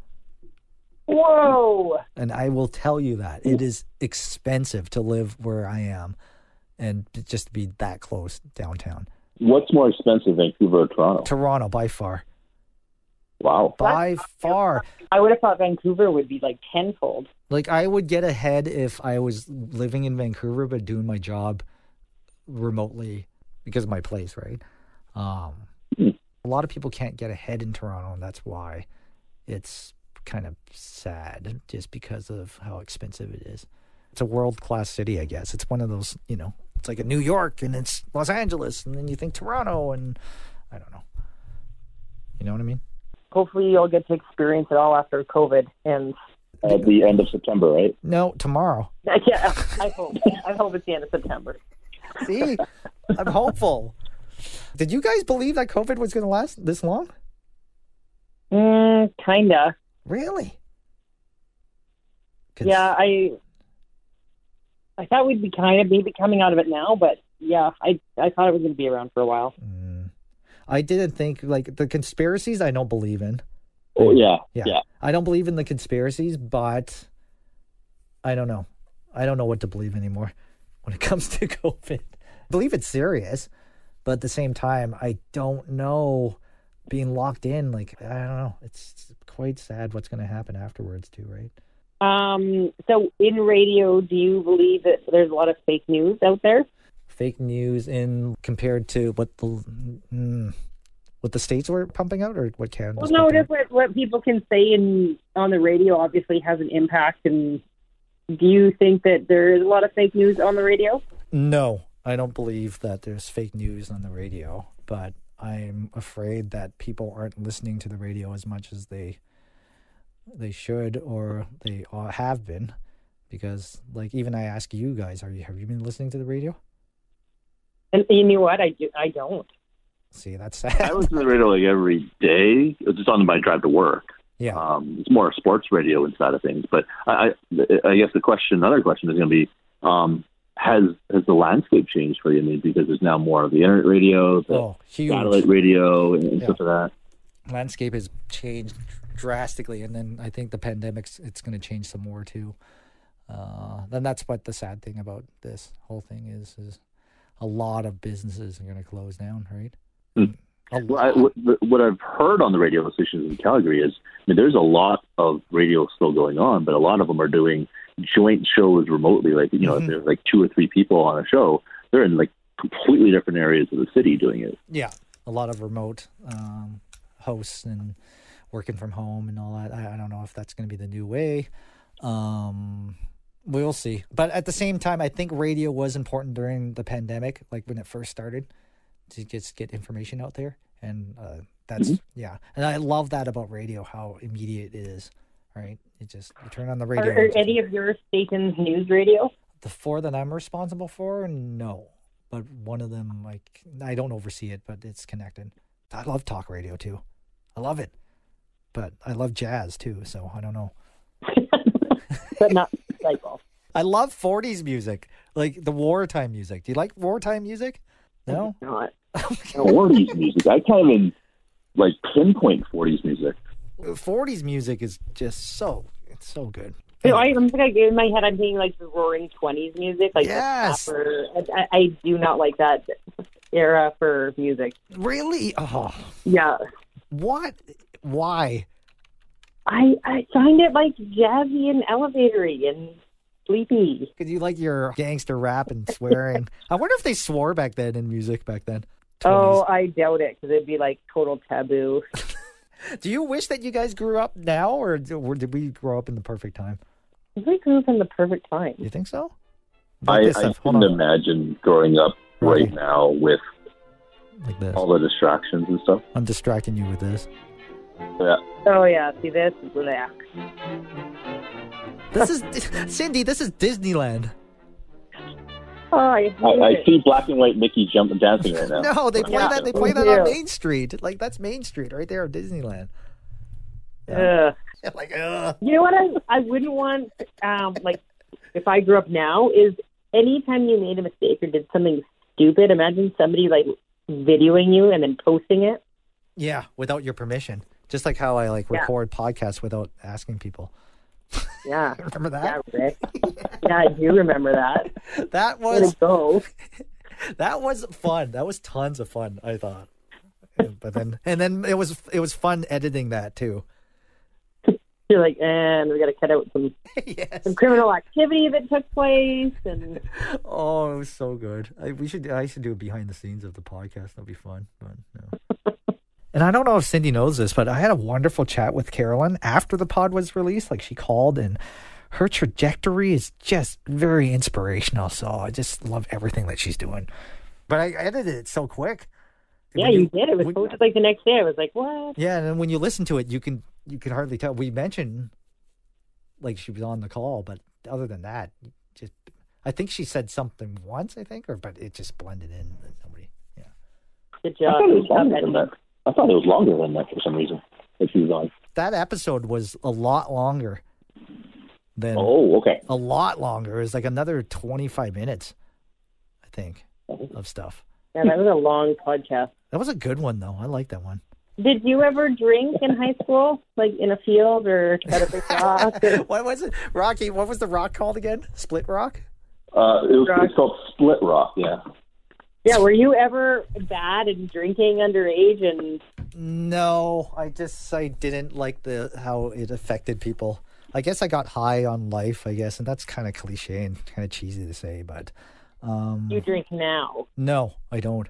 Whoa!
and I will tell you that it is expensive to live where I am, and to just be that close downtown.
What's more expensive, Vancouver or Toronto?
Toronto by far,
Wow.
by far.
I would have thought Vancouver would be like tenfold.
Like I would get ahead if I was living in Vancouver but doing my job remotely because of my place, right? Um, a lot of people can't get ahead in Toronto, and that's why it's kind of sad just because of how expensive it is. It's a world class city, I guess. It's one of those, you know, it's like a New York and it's Los Angeles, and then you think Toronto, and I don't know. You know what I mean?
Hopefully, you'll get to experience it all after COVID. And
At the end of September, right?
No, tomorrow.
(laughs) yeah, I hope. I hope it's the end of September.
See, I'm hopeful. Did you guys believe that COVID was going to last this long?
Mm, kinda.
Really? 'Cause-
Yeah, I. I thought we'd be kind of maybe coming out of it now, but yeah, I I thought it was going to be around for a while.
Mm. I didn't think like the conspiracies. I don't believe in.
Oh, yeah.
Yeah.
Yeah.
I don't believe in the conspiracies, but I don't know. I don't know what to believe anymore when it (laughs) comes to COVID. I believe it's serious, but at the same time, I don't know being locked in. Like, I don't know. It's quite sad what's going to happen afterwards, too, right?
Um, so in radio, do you believe that there's a lot of fake news out there?
fake news in compared to what the mm, what the states were pumping out or what Canada?
Well, no, just what, what people can say in on the radio obviously has an impact. And do you think that there is a lot of fake news on the radio?
no, I don't believe that there's fake news on the radio, but I'm afraid that people aren't listening to the radio as much as they they should or they uh, have been because like even I ask you guys are you have you been listening to the radio?
And you know what? I do, I don't.
See, that's (laughs) sad.
I listen to the radio like every day. It's just on my drive to work.
yeah.
Um, it's more sports radio inside of things. But I, I, I guess the question, another question, is going to be: um, Has has the landscape changed for you? I mean, because there's now more of the internet radio, the
oh, huge.
satellite radio, and, and stuff like that.
landscape has changed drastically and then i think the pandemic's it's going to change some more too uh then that's what the sad thing about this whole thing is is a lot of businesses are going to close down right
Well, Uh, I, what, what I've heard on the radio stations in Calgary is, I mean, there's a lot of radio still going on, but a lot of them are doing joint shows remotely. Like, you
Mm-hmm.
know, if there's like two or three people on a show, they're in like completely different areas of the city doing it.
Yeah, a lot of remote um, hosts and working from home and all that. I, I don't know if that's going to be the new way. Um, we'll see. But at the same time, I think radio was important during the pandemic, like when it first started, to just get information out there. And uh, that's
Mm-hmm.
yeah, and I love that about radio, how immediate it is. Right, you just you turn on the radio.
Are,
and
are
just-
any of your stations news radio?
the four that I'm responsible for, no. But one of them, like, I don't oversee it, but it's connected. I love talk radio too. I love it. But I love jazz too, so I don't know.
But not
(laughs)
cycle.
I love 40s music, like the wartime music. Do you like wartime music? No?
Not.
(laughs)
Forties music, I can't even like pinpoint forties music.
40s music is just so, it's so good.
You know, I, I'm like in my head. I'm thinking like the Roaring Twenties music, like the
Yes.
proper- I, I- I do not like that era for music.
Really? Oh,
Yeah,
what? Why?
I I find it like jazzy and elevatory and sleepy.
Because you like your gangster
(laughs)
rap and swearing. I wonder if they swore back then in music back then.
Oh, I doubt it because it'd be like total taboo.
Do you wish that you guys grew up now, or d- or did we grow up in the perfect time?
We grew up in the perfect time.
You think so? About
I,
this
I
stuff, hold
couldn't
on.
imagine growing up right
Right.
now with
Like this.
all the distractions and stuff.
I'm distracting you with this.
Yeah.
Oh yeah, see this? Blah.
This is (laughs) Cindy. This is Disneyland.
Oh, I hate
I, I
it.
see black and white Mickey jumping dancing right now.
(laughs) No, they play
Yeah.
that. They play that on Main Street. Like that's Main Street right there, Disneyland. (laughs)
Ugh.
like, ugh.
You know what? I I wouldn't want um like if I grew up now is anytime you made a mistake or did something stupid, imagine somebody like videoing you and then posting it.
yeah, without your permission. Just like how I like
Yeah.
record podcasts without asking people.
Yeah.
Remember
Yeah,
that?
Rick. yeah, I do remember that.
That
Way
was
to go.
that was fun. That was tons of fun. I thought, but then and then it was it was fun editing that too.
(laughs) You're like, and we got to cut out some,
yes.
some criminal activity that took place, and
Oh, it was so good. I, we should. I should do a behind the scenes of the podcast. That'd be fun. But no. (laughs) and I don't know if Cindy knows this, but I had a wonderful chat with Carolyn after the pod was released. Like she called, and her trajectory is just very inspirational. So I just love everything that she's doing. But I edited it so quick.
yeah,
When
you did. It was
when-
posted like the next day. I was like, what?
Yeah, and then when you listen to it, you can you can hardly tell. We mentioned like she was on the call, but other than that, just I think she said something once, I think, or but it just blended in. and Nobody, yeah.
Good
I
job.
thought it was
Good job,
longer than
Eddie.
that. I thought it was longer than that for some reason. That she was on.
That episode was a lot longer than
Oh, okay.
a lot longer. It was like another twenty five minutes, I think, of stuff.
Yeah, that was a long podcast.
That was a good one though. I like that one.
Did you ever drink in high school, like in a field or at a big rock?
(laughs)
or-
(laughs) what was it, Rocky? What was the rock called again? Split Rock.
Uh, it was
Rock.
it's called Split Rock. Yeah.
Yeah, were you ever bad and drinking underage? And
No, I just I didn't like the how it affected people. I guess I got high on life, I guess, and that's kind of cliche and kind of cheesy to say, but um
you drink now,
no, I don't.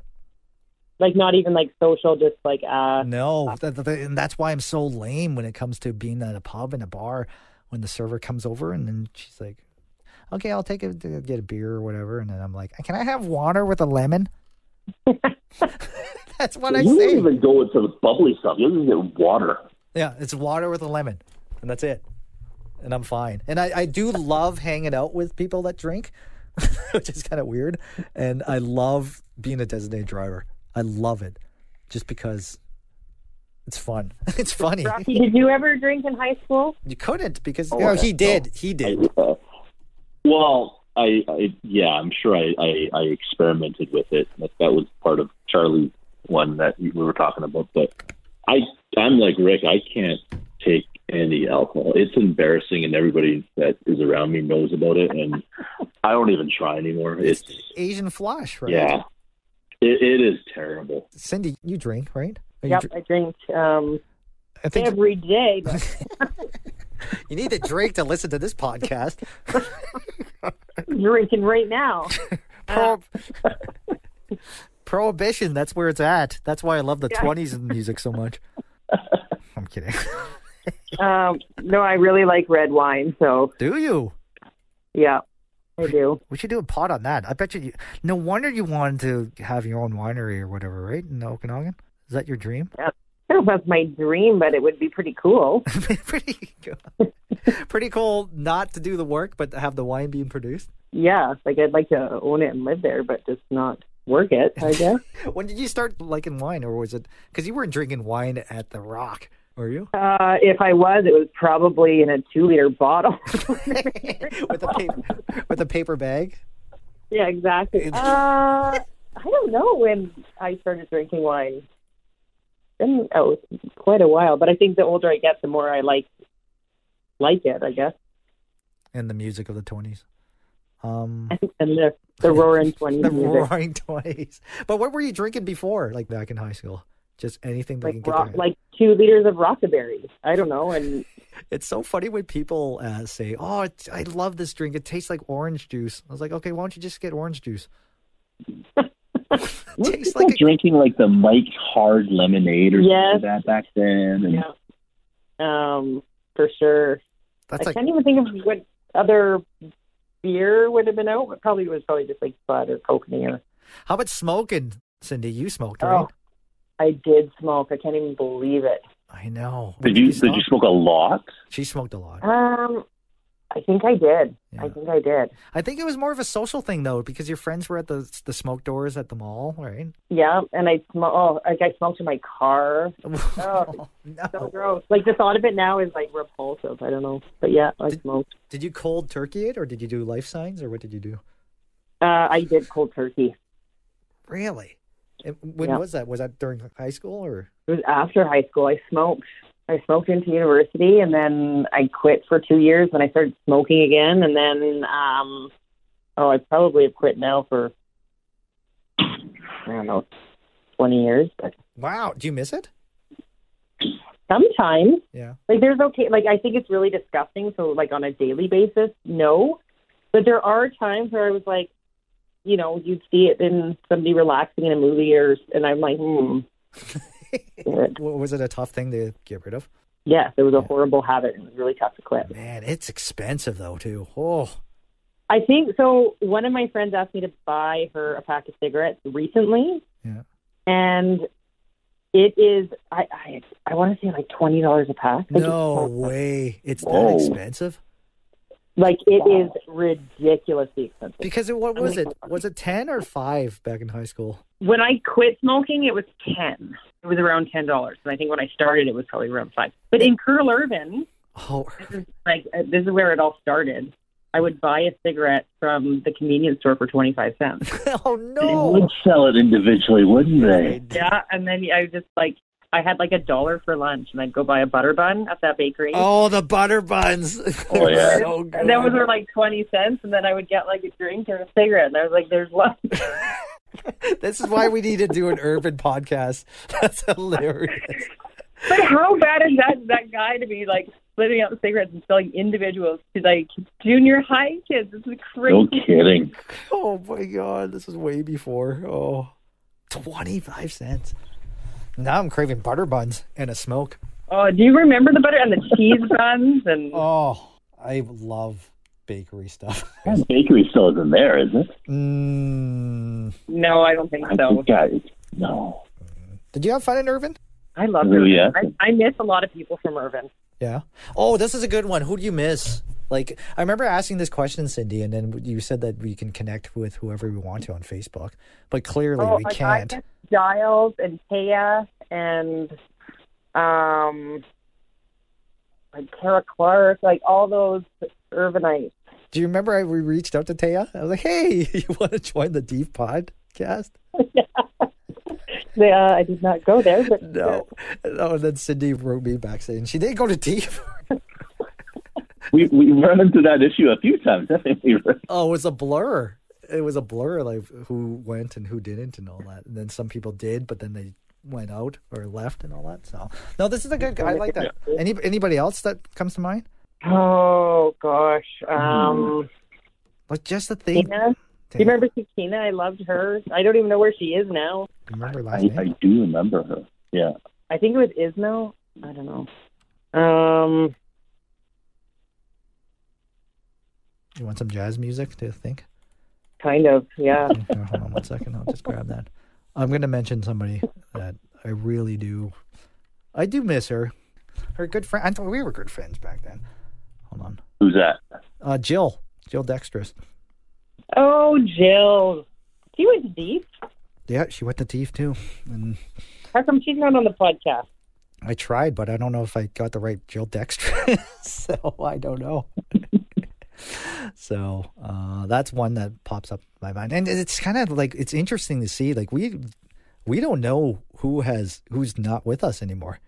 like not even like social, just like
(laughs)
uh,
No, that, that- and that's why I'm so lame when it comes to being at a pub and a bar when the server comes over and then she's like, "Okay, I'll take a get a beer or whatever," and then I'm like, "Can I have water with a lemon?" (laughs) that's what I
you
say.
didn't even go into the bubbly stuff. You just get water.
Yeah, it's water with a lemon, and that's it. And I'm fine. And I, I do love hanging out with people that drink, (laughs) which is kind of weird. And I love being a designated driver. I love it just because it's fun. (laughs) It's funny.
Rocky, did you ever drink in high school?
You couldn't because
Oh,
no, he
no.
did. He did.
Uh, well, I, I yeah, I'm sure I, I, I experimented with it. That, that was part of Charlie's one that we were talking about. But I I'm like Rick. I can't take any alcohol. It's embarrassing, and everybody that is around me knows about it. And I don't even try anymore. It's
Asian flush, right?
yeah. It, it is terrible.
Cindy, you drink, right? Or you
Yep,
dr-
I drink um,
I think
every day. But
you need to drink to listen to this podcast.
I'm drinking right now.
(laughs) Pro- Prohibition, that's where it's at. That's why I love the 20s in music so much. I'm kidding.
Um, no, I really like red wine, so
Do you?
yeah, I do.
We should do a pod on that. I bet you, you. No wonder you wanted to have your own winery or whatever, right? In Okanagan? Is that your dream? (laughs)
I don't know if that's my dream, but it would be pretty cool.
pretty cool. pretty cool not to do the work, but to have the wine being produced.
yeah, like I'd like to own it and live there, but just not work it. I guess.
When did you start liking wine, or was it because you weren't drinking wine at the Rock? Were you (laughs)
Uh, if I was, it was probably in a two-liter bottle. (laughs)
with a paper with a paper bag?
yeah, exactly. Uh, I don't know when I started drinking wine. Been oh, quite a while, but I think the older I get, the more I like like it. I guess,
And the music of the twenties, um,
and the the roaring twenties
the
music,
roaring (laughs) twenties. But what were you drinking before, like back in high school? Just anything that you
like
can
rock,
get. their-
like two liters of rockaberry. I don't know, and
It's so funny when people uh, say, "Oh, it's, I love this drink. It tastes like orange juice." I was like, "Okay, why don't you just get
(laughs)
orange juice?" (laughs) tastes like
People
a
drinking like the Mike Hard lemonade or
Yes.
something like that back then. And
yeah, um, for sure.
that's
I
like
can't even think of what other beer would have been out. But probably it was probably just like Bud or Kokanee or.
How about smoking, Cindy? You smoked,
Oh.
right?
I did smoke. I can't even believe it.
I know.
Did you
stop?
did you smoke a lot?
She smoked a lot.
Um, I think I did.
Yeah.
I think I did.
I think it was more of a social thing though, because your friends were at the the smoke doors at the mall, right? (laughs)
Yeah, and I sm- oh, like I smoked in my car.
Oh,
So
no.
gross. Like the thought of it now is like repulsive. I don't know, but yeah, I smoked.
Did you cold turkey it, or did you do life signs, or what did you do?
Uh, I did cold turkey.
Really? And when
Yeah.
was that? Was that during high school or?
It was after high school. I smoked. I smoked into university, and then I quit for two years. And I started smoking again, and then um, oh, I probably have quit now for I don't know, twenty years. But
Wow, do you miss it?
sometimes,
Yeah.
like there's okay. Like I think it's really disgusting. So like on a daily basis, no. But there are times where I was like, you know, you'd see it in somebody relaxing in a movie, or and I'm like, hmm. Yeah.
W- Was it a tough thing to get rid of?
Yes, it was a horrible habit. It was really tough to quit.
Man, it's expensive though too. Oh,
I think so. One of my friends asked me to buy her a pack of cigarettes recently.
Yeah.
And it is I I, I want to say like twenty dollars a pack. Like,
no way! It's that
Whoa.
expensive.
Like it is ridiculously expensive.
Because it, what
Oh
was
my
it? Was it ten or five back in high school?
When I quit smoking, it was ten. It was around ten dollars, and I think when I started, it was probably around five. But in Curl Irvin,
Oh, (laughs)
like uh, this is where it all started. I would buy a cigarette from the convenience store for twenty five cents.
oh
They
no!
would sell it individually, wouldn't they?
Yeah, and then I just like I had like a dollar for lunch, and I'd go buy a butter bun at that bakery.
Oh, the butter buns. (laughs)
Oh, yeah.
so good.
And those were like twenty cents, and then I would get like a drink or a cigarette, and I was like, "There's
(laughs)
lunch."
This is why we need to do an urban podcast. (laughs) That's hilarious.
but how bad is that that guy to be like splitting up cigarettes and selling individuals to like junior high kids? This is
No
crazy.
kidding.
Oh my god, this is way before. Oh, 25 cents. Now I'm craving butter buns and a smoke.
Oh, do you remember the butter and the cheese buns? And
Oh, I love bakery stuff. (laughs)
That bakery still isn't there, is it?
Mm.
no, I don't think
I
so.
think I, no.
Did you have fun in Irvin?
I love
Really,
Irvin.
yeah.
I, I miss a lot of people from Irvin.
Yeah. Oh, this is a good one. Who do you miss? Like, I remember asking this question, Cindy, and then you said that we can connect with whoever we want to on Facebook, but clearly we
like,
can't.
I miss Giles and Taya and um, like Kara Clark, like all those Irvinites.
Do you remember I, we reached out to Taya? I was like, hey, (laughs) you want to join the Deep Podcast?
They, uh, I did not go there, but
(laughs) No. Oh, and then Cindy wrote me back saying she did go to (laughs) Deep.
We (laughs) we run into that issue a few times, haven't we?
Oh, it was a blur. it was a blur, like who went and who didn't, and all that. And then some people did, but then they went out or left and all that. So no, this is a good. I like that. Any anybody else that comes to mind?
Oh gosh.
Hmm.
Um,
Like just the thing.
Tina. Do you remember Kikina? I loved her. I don't even know where she is now.
Remember
I,
last
I
name?
do remember her. Yeah.
I think it was Isno. I don't know. Um,
You want some jazz music? Do you think? (laughs)
kind of. Yeah.
Okay, hold on one second. I'll just grab that. I'm going to mention somebody that I really do. I do miss her. Her good friend. I thought we were good friends back then. Hold on.
Who's that?
Uh, Jill. Jill Dextrous.
Oh, Jill. She was deep.
Yeah, she went to Teef too. And
How come she's not on the podcast?
I tried, but I don't know if I got the right Jill Dextrous. (laughs) so I don't know. (laughs) so uh, that's one that pops up in my mind, and it's kind of like it's interesting to see. Like we we don't know who has who's not with us anymore.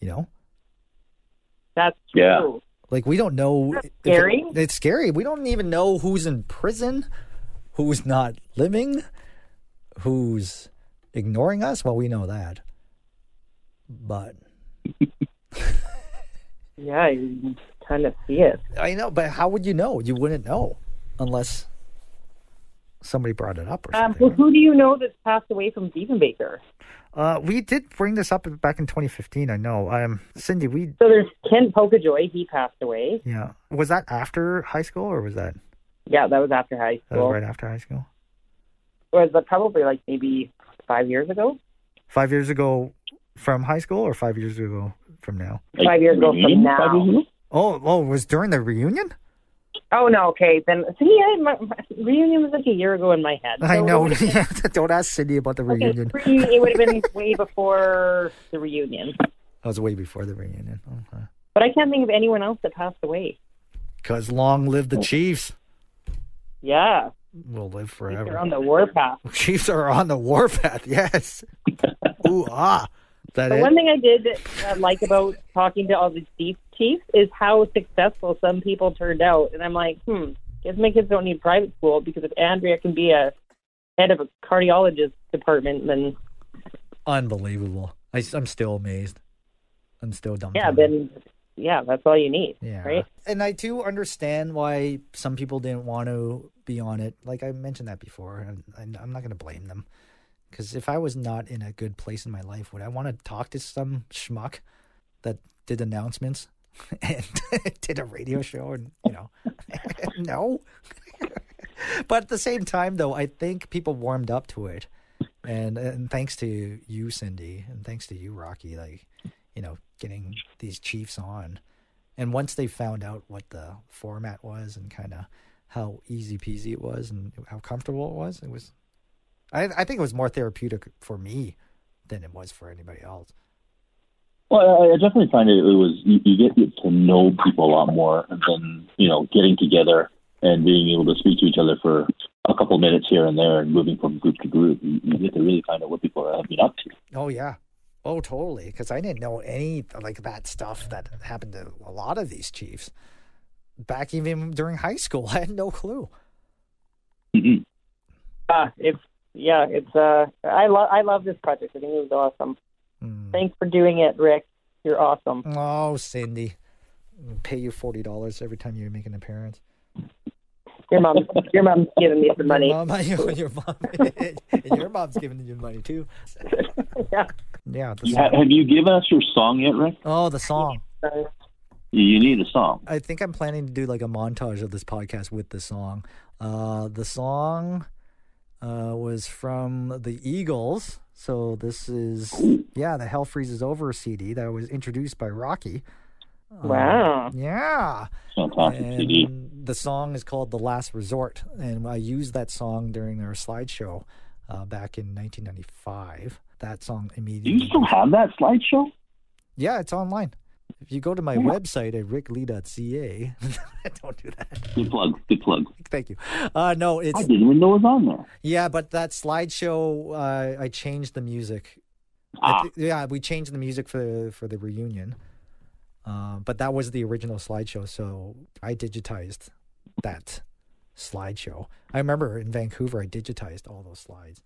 You know,
That's true.
Yeah.
like we don't know. if it-
scary.
it's scary. We don't even know who's in prison, who's not living, who's ignoring us. Well, we know that, but
Yeah, you kind of see it.
I know, but how would you know? You wouldn't know unless somebody brought it up or
Um,
something.
well, who do you know that's passed away from Diefenbaker?
Uh, we did bring this up back in 2015. I know. Um, Cindy, we
So there's Ken Polkajoy. He passed away.
yeah. Was that after high school or was that
Yeah, that was after high
that was
school.
right after high school?
Was that probably like maybe five years ago?
Five years ago from high school or five years ago from now?
Like,
Five years ago
reunion?
from now.
Five years ago?
Oh, oh, it was during the reunion.
Oh no, okay. Then see, I, my, my reunion was like a year ago in my head.
I
So
know. (laughs)
It
Yeah, don't ask Cindy about the
would,
reunion.
it would have
(laughs)
been way before the reunion.
That was way before the reunion. Okay.
But I can't think of anyone else that passed away.
Cause long live
Oh.
the Chiefs.
Yeah,
We'll live
they're
forever.
on the warpath.
(laughs) Chiefs are on the
(laughs)
warpath. Yes. Ooh ah. That
The
it?
one thing I did uh, like about talking to all the chief chiefs is how successful some people turned out, and I'm like, hmm, guess my kids don't need private school because if Andrea can be a head of a cardiologist department, then
Unbelievable. I, am still amazed. I'm still dumb.
yeah, then yeah, that's all you need,
yeah.
right?
And I do understand why some people didn't want to be on it. Like I mentioned that before, and, and I'm not going to blame them. Because if I was not in a good place in my life, would I want to talk to some schmuck that did announcements (laughs) and did a radio show? And you know, (laughs) no. (laughs) but at the same time, though, I think people warmed up to it, and and thanks to you, Cindy, and thanks to you, Rocky, like you know, getting these Chiefs on, and once they found out what the format was and kind of how easy peasy it was and how comfortable it was, it was. I I think it was more therapeutic for me than it was for anybody else.
Well, I, I definitely find it, it was you, you get to know people a lot more than you know getting together and being able to speak to each other for a couple minutes here and there and moving from group to group. You, you get to really find out what people have been up to.
Oh yeah. Oh totally. Because I didn't know any like that stuff that happened to a lot of these chiefs back even during high school. (laughs) I had no clue.
Mhm.
Uh, it's yeah, it's uh, I love I love this project. I think it was awesome.
Mm.
Thanks for doing it, Rick. You're awesome.
Oh, Cindy. I'll Pay you forty dollars every time you make an appearance.
Your mom, your mom's giving me some
(laughs)
money.
Your mom, your, your mom, and your mom's giving you money too.
(laughs) Yeah.
Yeah. The
You ha-
song.
Have you given us your song yet, Rick?
Oh, the song.
So,
You need a song.
I think I'm planning to do like a montage of this podcast with the song. Uh, the song uh, was from the Eagles. So this is yeah, the Hell Freezes Over CD that was introduced by Rocky. Um,
wow.
Yeah.
Fantastic CD.
And the song is called "The Last Resort," and I used that song during their slideshow uh, back in 1995. That song
Do you
immediately.
still have that slideshow?
Yeah, it's online. If you go to my website at ricklee.ca, (laughs) don't do that.
Good plug. Good plug.
Thank you. Uh, no,
I
it's
didn't even know it was on there.
yeah, but that slideshow, uh, I changed the music. I
Ah.
thi- yeah, we changed the music for for the reunion, uh, but that was the original slideshow. So I digitized that slideshow. I remember in Vancouver, I digitized all those slides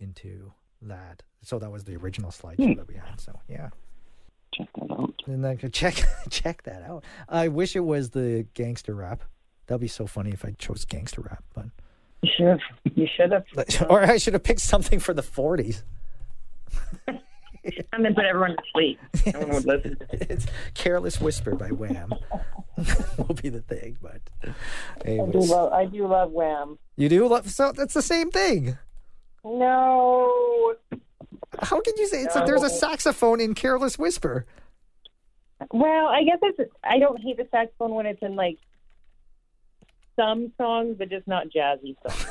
into that. So that was the original slideshow that we had. So yeah,
Check that out.
and then I could check (laughs) check that out. I wish it was the gangster rap. That'd be so funny if I chose gangster rap, but
You should have. You should have.
(laughs) or I should have picked something for the '40s.
And then put everyone to sleep. No one would listen.
(laughs) It's "Careless Whisper" by Wham. (laughs) Will be the thing, but
I do
anyways,
love. I do love Wham.
you do love. So that's the same thing.
No.
How can you say it's there's a saxophone in "Careless Whisper"?
Well, I guess it's. I don't hate the saxophone when it's in like some songs, but just not jazzy songs.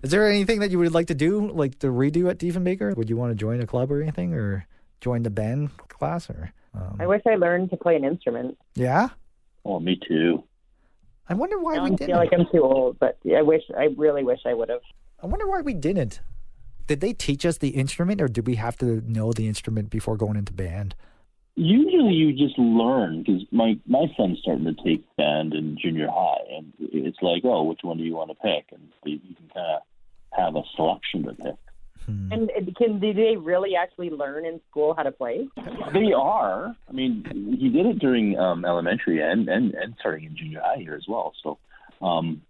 Is there anything that you would like to do, like to redo at Diefenbaker? Would you want to join a club or anything, or join the band class, or um,
I wish I learned to play an instrument.
yeah?
Oh, me too.
I wonder why
Now
we
I
didn't.
feel like I'm too old, but I wish. I really wish I would have.
I wonder why we didn't. Did they teach us the instrument, or did we have to know the instrument before going into band?
Usually, you just learn because my my son's starting to take band in junior high, and it's like, oh, which one do you want to pick? And you you can kind of have a selection to pick.
Hmm.
And and can do they really actually learn in school how to play?
They are. I mean, he did it during um, elementary and, and and starting in junior high here as well. So um,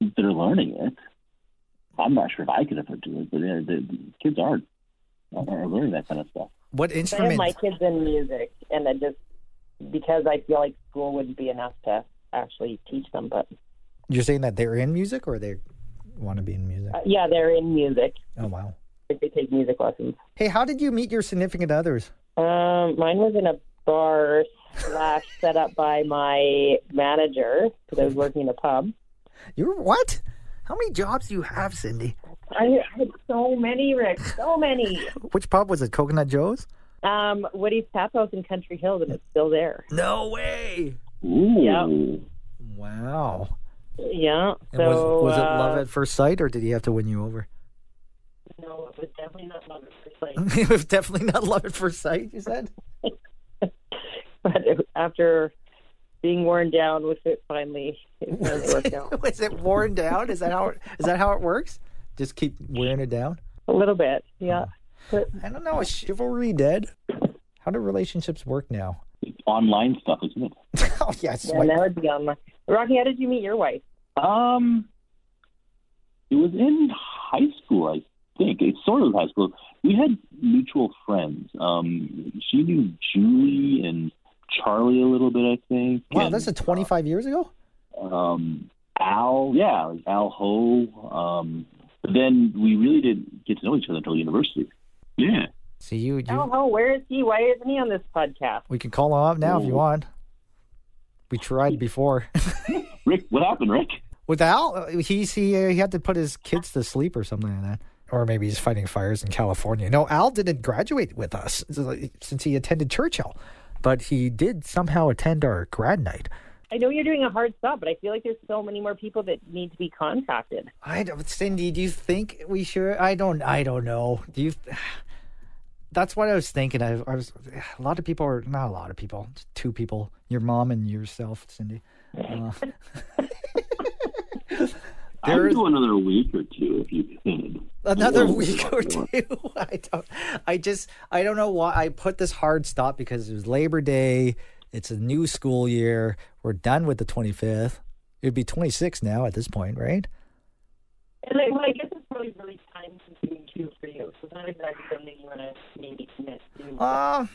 they're learning it. I'm not sure if I could ever do it, but uh, the, the kids are are learning that kind of stuff.
What
I have
instrument?
my kids in music, and then just because I feel like school wouldn't be enough to actually teach them. But
You're saying that they're in music, or they want to be in music?
uh, yeah, they're in music.
Oh wow!
Like they take music lessons.
Hey, how did you meet your significant others?
Um, mine was in a bar slash set up by my manager because I was working in a pub.
You were what? How many jobs do you have, Cindy?
I I had so many, Rick, so many.
Which pub was it? Coconut Joe's?
Um, Woody's Tap House in Country Hills, and it's still there.
No way!
Ooh.
Yep.
Wow!
Yeah.
And was,
So
was it
uh,
love at first sight, or did he have to win you over? (laughs)
No, it was definitely not love at first sight.
it was definitely not love at first sight. You said.
but it- after being worn down with it, finally (laughs) it finally worked (laughs) out
(laughs) was it worn down? Is that how? It, is that how it works? Just keep wearing it down.
a little bit. Yeah,
I don't know. Is chivalry dead? How do relationships work now? (laughs)
It's online stuff, isn't it?
oh yes.
yeah, that would be on my Rocky. How did you meet your wife?
Um, it was in high school, I think. It's sort of high school. We had mutual friends. Um, she knew Julie and Charlie a little bit, I think.
wow,
and,
this is 25 years ago.
um, Al, yeah, like Al Ho. Um, but then we really didn't get to know each other until university. Yeah.
See you. you
Oh, oh, where is he? Why isn't he on this podcast?
We can call him up now if you want. We tried before. (laughs)
Rick, what happened, Rick?
Without he, he uh, he had to put his kids to sleep or something like that. Or maybe he's fighting fires in California. No, Al didn't graduate with us since he attended Churchill, but he did somehow attend our grad night.
I know you're doing a hard stop, but I feel like there's so many more people that need to be contacted.
I don't, Cindy. Do you think we should? I don't. I don't know. Do you? (sighs) That's what I was thinking. I, I was a lot of people are not a lot of people. Two people, your mom and yourself, Cindy. Uh, (laughs)
I'd do another week or two if you could.
another week or two. (laughs) I don't. I just. I don't know why I put this hard stop because it was Labor Day. It's a new school year. We're done with the twenty fifth. It'd be twenty six now at this point, right?
And like, well, I guess it's probably really time consuming too for you. So it's not exactly something you want to maybe commit to.
Um,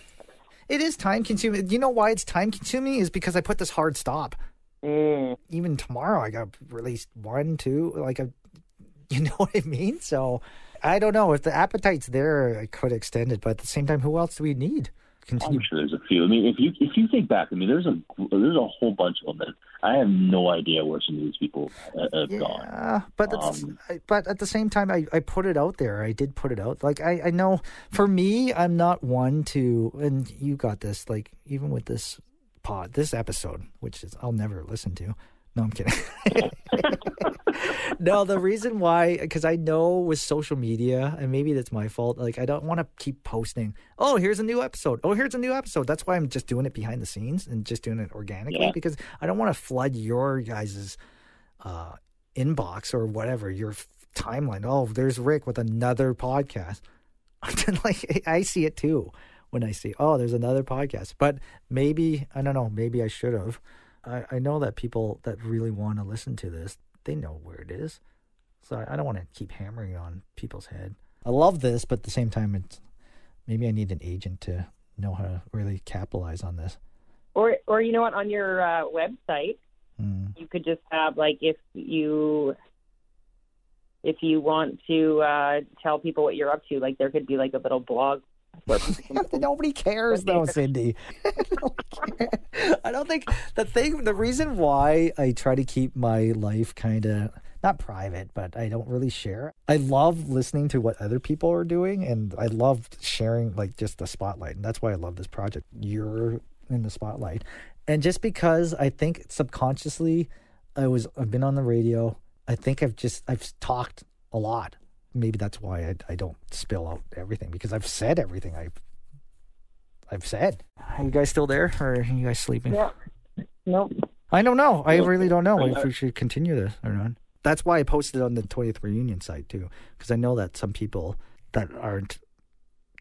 it is time consuming. You know why it's time consuming is because I put this hard stop.
Mm.
Even tomorrow, I got released one, two, like a, (laughs) you know what I mean. So I don't know if the appetite's there, I could extend it. But at the same time, who else do we need? Continue.
I'm sure there's a few. I mean, if you if you think back, I mean, there's a there's a whole bunch of them. that I have no idea where some of these people uh, have gone.
Yeah, but that's,
Um,
I- but at the same time, I, I put it out there. I did put it out. Like I, I know for me, I'm not one to, and you got this. Like even with this pod, this episode, which is I'll never listen to. No, I'm kidding. (laughs) no, the reason why, because I know with social media, and maybe that's my fault. Like I don't want to keep posting. Oh, here's a new episode. Oh, here's a new episode. That's why I'm just doing it behind the scenes and just doing it organically
Yeah.
because I don't want to flood your guys's uh, inbox or whatever your f- timeline. Oh, there's Rick with another podcast. (laughs) like I see it too when I see oh, there's another podcast. But maybe I don't know. Maybe I should have. I, I know that people that really want to listen to this, they know where it is. So I, I don't want to keep hammering on people's head. I love this, but at the same time, it's maybe I need an agent to know how to really capitalize on this.
Or, or you know what? On your uh, website,
Hmm.
you could just have like if you if you want to uh, tell people what you're up to, like there could be like a little blog. Where
(laughs)
people can-
Nobody cares though, Cindy. Nobody cares. (laughs) I don't think the thing, the reason why I try to keep my life kind of not private, but I don't really share. I love listening to what other people are doing, and I love sharing like just the spotlight, and that's why I love this project. You're in the spotlight, and just because I think subconsciously, I was I've been on the radio. I think I've just I've talked a lot. Maybe that's why I, I don't spill out everything because I've said everything I've I've said. Are you guys still there or are you guys sleeping?
Yeah. Nope.
I don't know. I
Well,
really don't know
I-
if we should continue this or not. That's why I posted on the 20th reunion site too, because I know that some people that aren't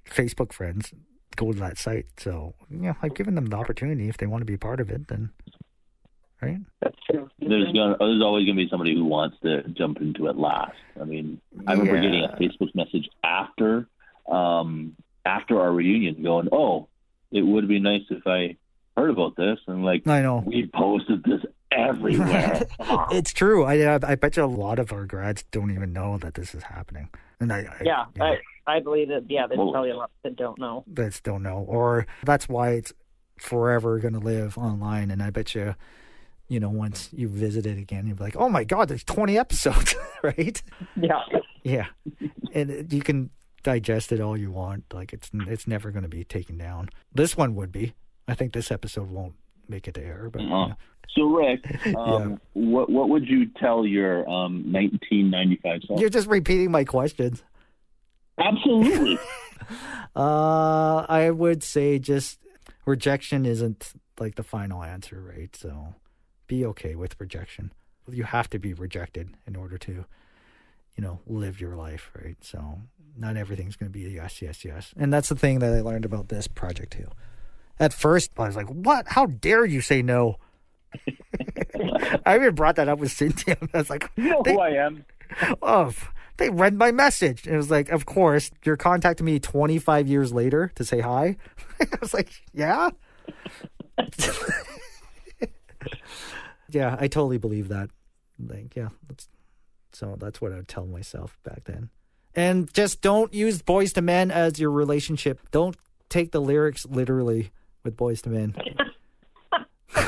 Facebook friends go to that site. So, you know, I've given them the opportunity. If they want to be part of it, then, right?
That's true.
There's gonna, oh, there's always gonna be somebody who wants to jump into it last. I mean, I remember
Yeah.
getting a Facebook message after um, after our reunion, going, "Oh, it would be nice if I heard about this," and like
I know.
we posted this everywhere.
It's true. I I I bet you a lot of our grads don't even know that this is happening, and I, I
yeah,
you know,
I, I believe that. Yeah, there's
Well-
probably a lot that don't know.
that's don't know, or that's why it's forever going to live online. And I bet you, you know, once you visit it again, you'll be like, oh my god, there's 20 episodes, (laughs) right?
Yeah.
Yeah, and it- you can digest it all you want. Like it's it's never going to be taken down. This one would be. I think this episode won't make it to air, but you
Uh-huh.
know.
(laughs) so, Rick, um, what what would you tell your um, 1995 self?
you're just repeating my questions.
Absolutely.
Uh, I would say just rejection isn't like the final answer, right? So be okay with rejection. You have to be rejected in order to, you know, live your life, right? So not everything's going to be a yes, yes, yes. And that's the thing that I learned about this project too. At first, I was like, what? How dare you say no? (laughs) I even brought that up with Cynthia. (laughs) I was like,
you know
They-
who I am.
oh, they read my message. And it was like, of course, you're contacting me 25 years later to say hi. (laughs) I was like, yeah. (laughs) yeah, I totally believe that. Like, yeah, that's, so that's what I would tell myself back then. And just don't use boys to men as your relationship. Don't take the lyrics literally with boys to men. (laughs)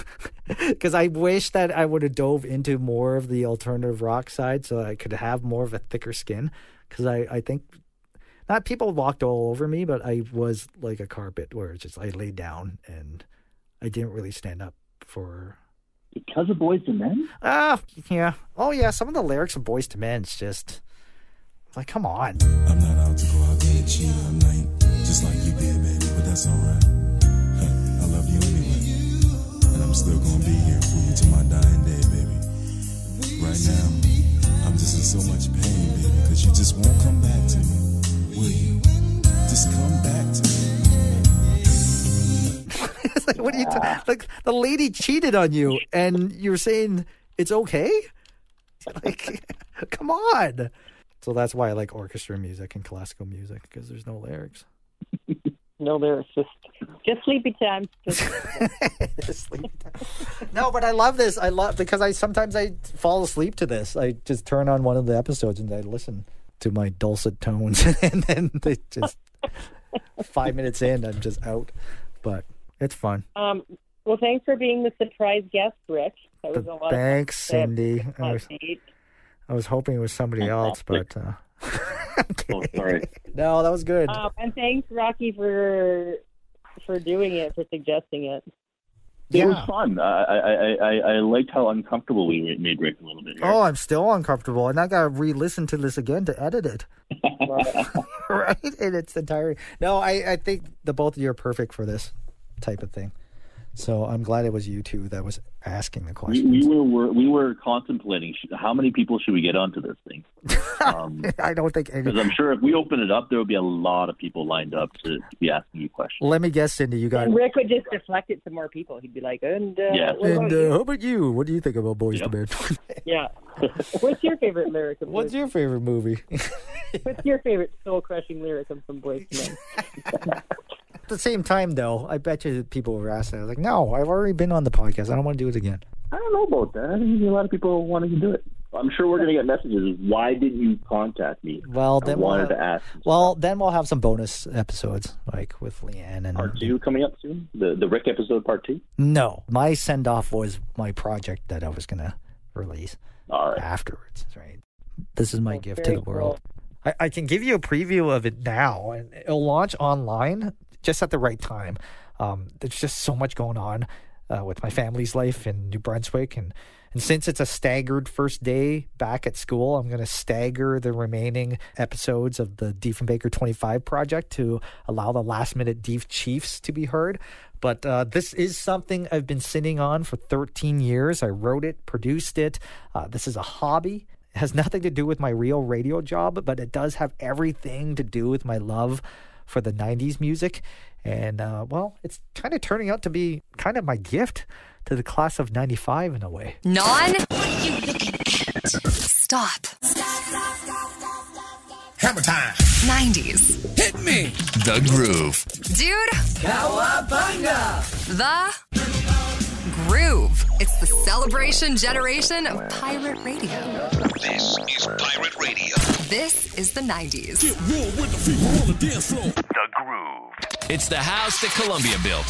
because I wish that I would have dove into more of the alternative rock side so that I could have more of a thicker skin. Because I, I think not people walked all over me, but I was like a carpet where it's just I laid down and I didn't really stand up for.
Because of Boys and Men? (laughs)
Ah, yeah. Oh, yeah. Some of the lyrics of Boys to Men, it's just like, come on.
I'm not out to go out there and cheat all night. Just like you did, baby, but that's alright. (laughs) Huh, I love you anyway. And I'm still gonna be here for you till my dying day, baby. Right now, I'm just in so much pain, baby, because you just won't come back to me. Will you? Just come back to me.
(laughs) It's like, what are you ta- like? The lady cheated on you, and you're saying it's okay? (laughs) Like, (laughs) come on. So that's why I like orchestra music and classical music because there's no lyrics.
(laughs) No, there's just just sleepy time. Just,
(laughs) Sleep. no, but I love this. I love because I sometimes I fall asleep to this. I just turn on one of the episodes and I listen to my dulcet tones, (laughs) and then they just five minutes in, I'm just out. But it's fun.
um, well, thanks for being the surprise guest, Rick. That was a lot. of
Thanks, Cindy. I
fun.
was, I was hoping it was somebody else, but. Uh,
Oh, sorry.
No, that was good.
Um, and thanks, Rocky, for for doing it, for suggesting it.
It was fun. I, I, I- I, I liked how uncomfortable we made Rick a little bit. Here.
Oh, I'm still uncomfortable, and I gotta re-listen to this again to edit it. (laughs) right in its entirety. No, I, I think the both of you are perfect for this type of thing. So I'm glad it was you two that was asking the
We,
questions.
we were, were we were contemplating sh- how many people should we get onto this (laughs) thing um,
(laughs) I don't think any.
because I'm sure if we open it up, there will be a lot of people lined up to, to be asking you questions.
Let me guess, Cindy, you got.
And Rick would just deflect it to more people. He'd be like, and, uh,
Yeah.
what about
And
you?
uh, how about you? What do you think about Boys
Yep.
to Men? (laughs)
yeah. (laughs) What's your favorite lyric? Of
What's
Boyz-
your favorite movie? (laughs)
What's your favorite soul crushing lyric of from Boys to Men?
At the same time, though, I bet you that people were asking. I was like, no, I've already been on the podcast. I don't want to do it again.
I don't know about that. I think a lot of people wanting to do it. I'm sure we're going to get messages. Why didn't you contact me?
Well,
I
then we'll have,
wanted to ask.
well, then we'll have some bonus episodes, like with Leanne and
Part two coming up soon. The the Rick episode part two.
No, my send off was my project that I was gonna release
All right.
afterwards. Right, this is my gift to
very
the world. I, I can give you a preview of it now, and it'll launch online just at the right time. Um, there's just so much going on uh, with my family's life in New Brunswick, and and since it's a staggered first day back at school, I'm gonna stagger the remaining episodes of the Diefenbaker 25 project to allow the last minute Dief Chiefs to be heard. But uh, this is something I've been sitting on for 13 years. I wrote it, produced it. Uh, this is a hobby. It has nothing to do with my real radio job, but it does have everything to do with my love for the 90s music. And uh, well, it's kind of turning out to be kind of my gift to the class of 95 in a way. (laughs)
Non. What are you looking at? Stop.
Hammer time.
90s.
Hit me. The groove.
Dude. Cowabunga. The groove. It's the celebration generation of pirate radio.
This is Pirate Radio.
This is the 90s.
Get real with the feet on the dance floor.
It's the house that Columbia built.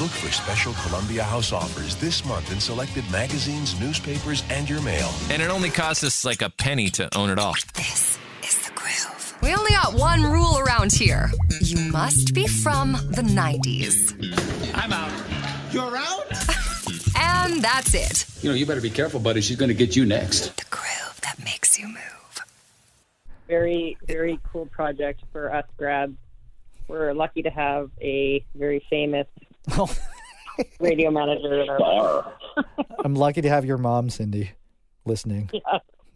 Look for special Columbia House offers this month in selected magazines, newspapers, and your mail.
And it only costs us like a penny to own it all.
This is the groove. We only got one rule around here. You must be from the 90s.
I'm out. You're out?
(laughs) And that's it.
You know, you better be careful, buddy. She's going to get you next.
The groove that makes you move.
Very, very cool project for us grads. We're lucky to have a very famous
Oh.
radio manager in our life.
Star.
I'm lucky to have your mom, Cindy, listening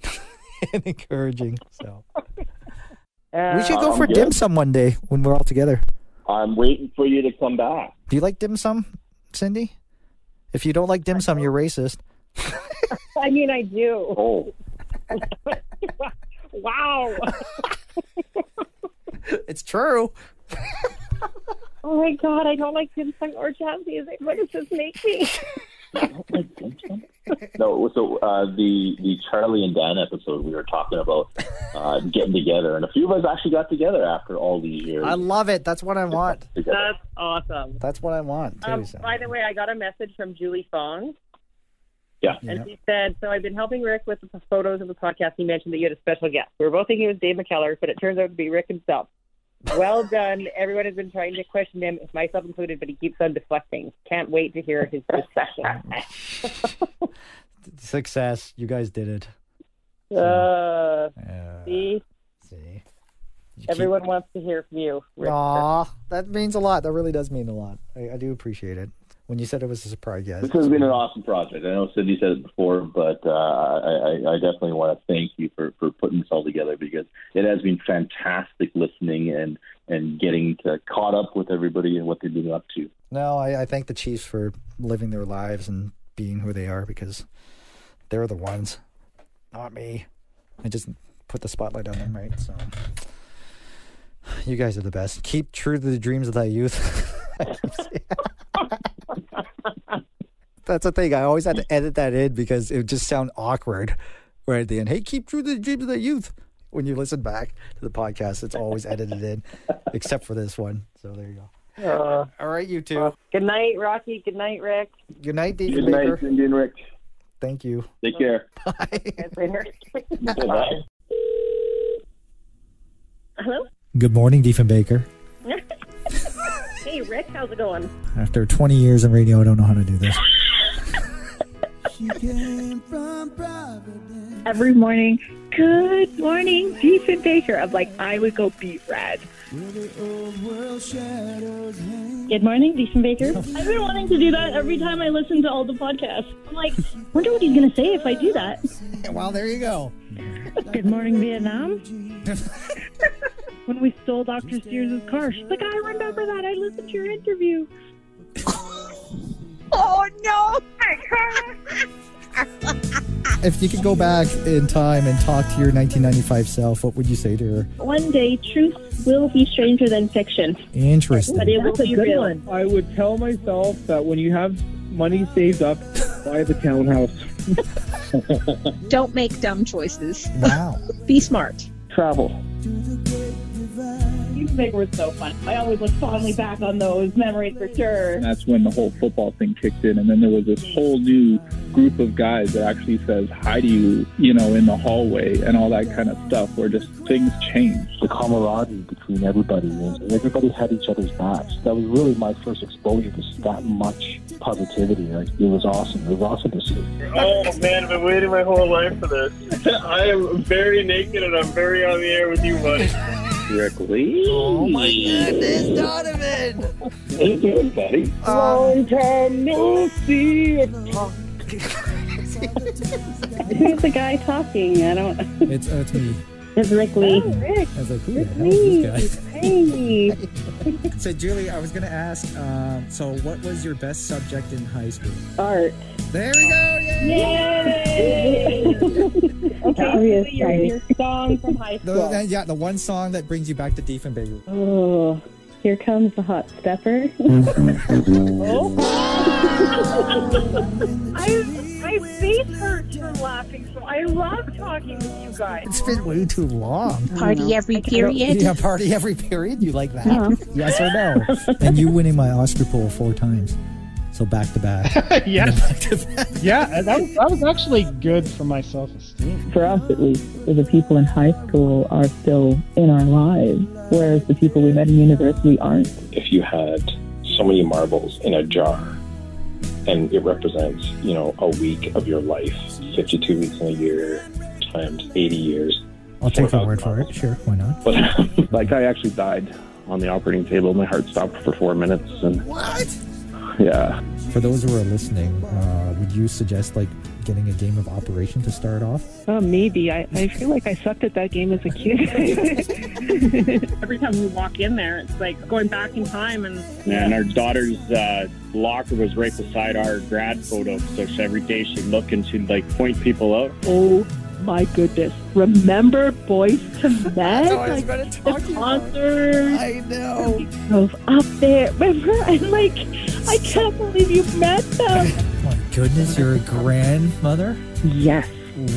(laughs) and encouraging. So we should go
Uh, I'm
for
good.
dim sum one day when we're all together.
I'm waiting for you to come back.
Do you like dim sum, Cindy? If you don't like dim sum, you're racist.
I mean, I do.
(laughs)
Oh,
Wow.
It's true.
Oh my God, I don't like dim sum or jazz music. What does this make me?
no. So uh, the the Charlie and Dan episode we were talking about uh, getting together, and a few of us actually got together after all these years.
I love it. That's what I want.
together.
(laughs) That's awesome.
That's what I want too.
Um,
so.
by the way, I got a message from Julie Fong,
yeah.
and she said, "So I've been helping Rick with the photos of the podcast. He mentioned that you had a special guest. We were both thinking it was Dave McKellar, but it turns out to be Rick himself." (laughs) Well done. Everyone has been trying to question him, myself included, but he keeps on deflecting. Can't wait to hear his (laughs) discussion.
Success. You guys did it.
Uh,
Yeah.
see,
See.
everyone wants to hear from you. Rick.
(laughs) Aw, that means a lot. That really does mean a lot. I, I do appreciate it. When you said it was a surprise, yes.
This has been an awesome project. I know Cindy said it before, but uh, I, I I definitely want to thank you for, for putting this all together because it has been fantastic listening and, and getting to, caught up with everybody and what they've been up to.
No, I, I thank the Chiefs for living their lives and being who they are because they're the ones, not me. I just put the spotlight on them, right? So you guys are the best. Keep true to the dreams of thy youth. (laughs) That's the thing. I always had to edit that in because it would just sound awkward right at the end. Hey, keep true to the dreams of thy youth. When you listen back to the podcast, it's always edited in, except for this one. So there you go.
Uh,
All right, you two.
good night, Rocky. Good night, Rick.
Good night, David
Good
Baker.
night, Cindy and Rick.
Thank you.
Take care.
(laughs)
Bye.
Hello.
Good morning, Diefenbaker.
Hey, Rick. How's it going?
After 20 years in radio, I don't know how to do this.
every morning
good morning, decent day here. I'm like, I would go beat red.
Good morning, Decent (laughs) Baker. I've been wanting to do that every time I listen to all the podcasts. I'm (laughs) like, wonder what he's going to say if I do that.
Well, there you go.
Good morning, Vietnam. (laughs) when we stole Dr. Sears' car, she's like, I remember that. I listened to your interview.
Oh no!
If you could go back in time and talk to your 1995 self, what would you say to her?
One day, truth will be stranger than fiction. But
Interesting.
it will
That's a
be
good
real.
one. I would tell myself that when you have money saved up, buy the townhouse.
Don't make dumb choices.
Wow.
Be smart.
Travel.
These big were so fun. I always look fondly back on those memories for sure.
And that's when the whole football thing kicked in. And then there was this whole new group of guys that actually says hi to you, you know, in the hallway and all that kind of stuff where just things changed.
The camaraderie between everybody and everybody had each other's backs. That was really my first exposure to that much positivity. Like it was awesome. It was awesome to see.
Oh man, I've been waiting my whole life for this. I am very naked and I'm very on the air with you, buddy.
Rick Lee. Oh my goodness,
Donovan!
How you doing, buddy?
Long time no see.
Who's the guy talking? I don't.
It's, uh, it's me.
It's Oh, Rick Lee.
I was like, who the hell is this guy?
Hey.
(laughs) so, Julie, I was going to ask. Um, so, what was your best subject in high school?
Art.
There we go.
Yay! okay, so your, your song from high
The,
school.
yeah, the one song that brings you back to Diefenbaker.
Oh, here comes the hot stepper.
I, my face hurts from laughing, so I love talking with you guys.
It's been way too long.
Party every period.
Yeah, party every period. You like that?
Yeah.
yes or no?
and you winning my Oscar poll four times. So back to
(laughs)
back.
yes. yeah, that was, that was actually good for my self esteem.
For us, at least, the people in high school are still in our lives, whereas the people we met in university aren't.
if you had so many marbles in a jar and it represents, you know, a week of your life, 52 weeks in a year times 80 years.
I'll take your word for it. Sure, why not?
(laughs)
But
Like I actually died on the operating table. My heart stopped for four minutes, and
What?
yeah,
For those who are listening, uh, would you suggest like getting a game of Operation to start off?
Oh, maybe. I, I feel like I sucked at that game as a kid.
(laughs) Every time we walk in there, it's like going back in time and
And our daughter's uh, locker was right beside our grad photo, so she, every day she'd look and she'd like point people out.
oh, my goodness. Remember Boys to Men? like,
going to
the concert.
I know.
Drove up there. (laughs) Remember? I'm like, I can't believe you met them.
My goodness, you're a grandmother?
Yes.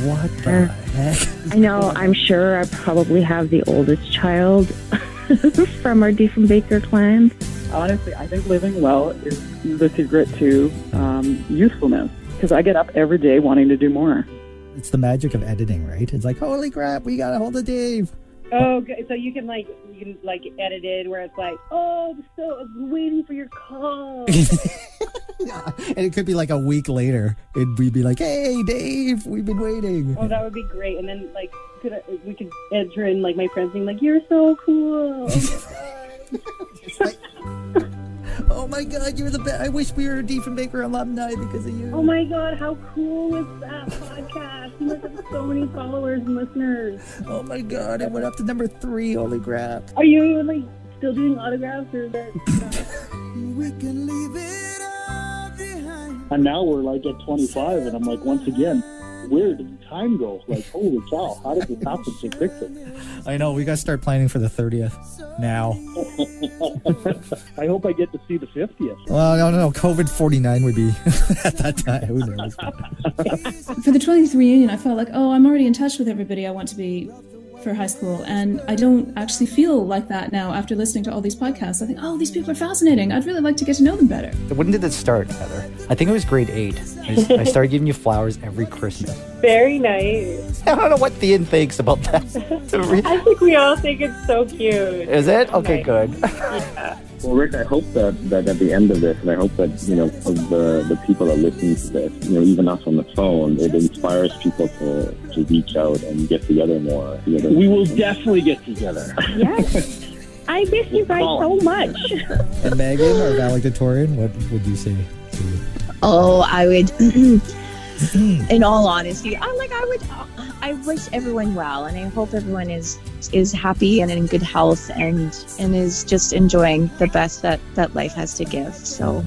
What the heck?
I know. I'm sure I probably have the oldest child (laughs) from our Diefenbaker clan.
Honestly, I think living well is the secret to um, usefulness because I get up every day wanting to do more.
It's the magic of editing, right? It's like, holy crap, we got a hold of Dave.
oh, good. so you can like you can like edit it where it's like, oh, I'm so I was waiting for your
(laughs)
(laughs)
call.
And it could be like a week later, and we'd be like, hey, Dave, we've been waiting. (laughs)
oh, that would be great. And then like could I, we could enter in like my friends being like, you're so cool.
Oh my god, you're the best. I wish we were a Diefenbaker alumni because of you.
oh my god, how cool is that podcast? You must have so many followers and listeners.
Oh my god, it went up to number three. Holy crap.
Are you like still doing autographs or?
And now we're like at 25, and I'm like, once again, where did the time go? Like, holy cow, how did this happen so quickly?
I know, we got to start planning for the 30th now.
I hope I get to see the 50th.
Well, no, no, no. COVID 49 would be (laughs) at that time. Who knows?
for the 20th reunion, I felt like, oh, I'm already in touch with everybody I want to be for high school. And I don't actually feel like that now after listening to all these podcasts. I think, oh, these people are fascinating. I'd really like to get to know them better.
(laughs) When did it start, Heather? I think it was grade eight. I, s- I started giving you flowers every Christmas. (laughs)
Very nice.
I don't know what Thean thinks about that. (laughs)
I think we all think it's so cute.
Is it? Okay, good.
Yeah.
Well, Rick, I hope that, that at the end of this, and I hope that, you know, of the, the people that listen to this, you know, even us on the phone, it inspires people to, to reach out and get together more. Together.
We will definitely get together.
Yes. I miss you guys so much.
(laughs) And Megan or valedictorian, what would you say? To
Oh, I would. (clears throat) in all honesty, I like. I would. I wish everyone well, and I hope everyone is is happy and in good health, and and is just enjoying the best that that life has to give. So,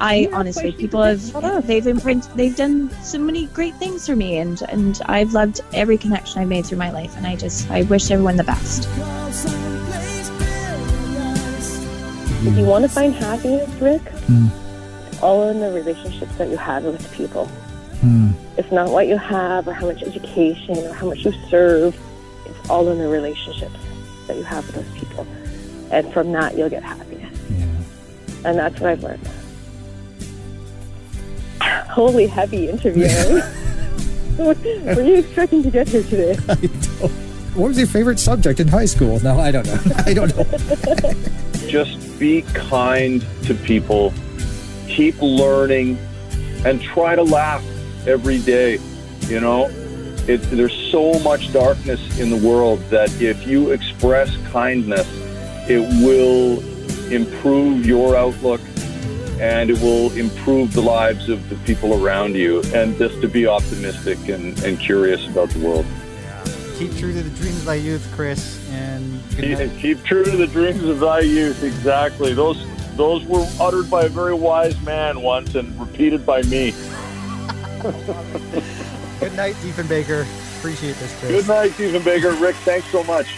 I honestly, people have they've imprint they've done so many great things for me, and and I've loved every connection I've made through my life, and I just I wish everyone the best.
If you want to find happiness, Rick, all in the relationships that you have with people. It's not what you have or how much education or how much you serve. It's all in the relationships that you have with those people. And from that, you'll get happiness. And that's what I've learned. Holy heavy interview. Were you expecting to get here today?
What was your favorite subject in high school? No, I don't know. (laughs) I don't know.
Just be kind to people, keep learning, and try to laugh every day. You know, it, there's so much darkness in the world that if you express kindness, it will improve your outlook and it will improve the lives of the people around you. And just to be optimistic and, and curious about the world.
Keep true to the dreams of thy youth, Chris, and good night.
Keep, keep true to the dreams of thy youth. Exactly. Those those were uttered by a very wise man once and repeated by me.
Good night, Ethan Baker. Appreciate this, Chris.
Good night, Stephen Baker. Rick, thanks so much.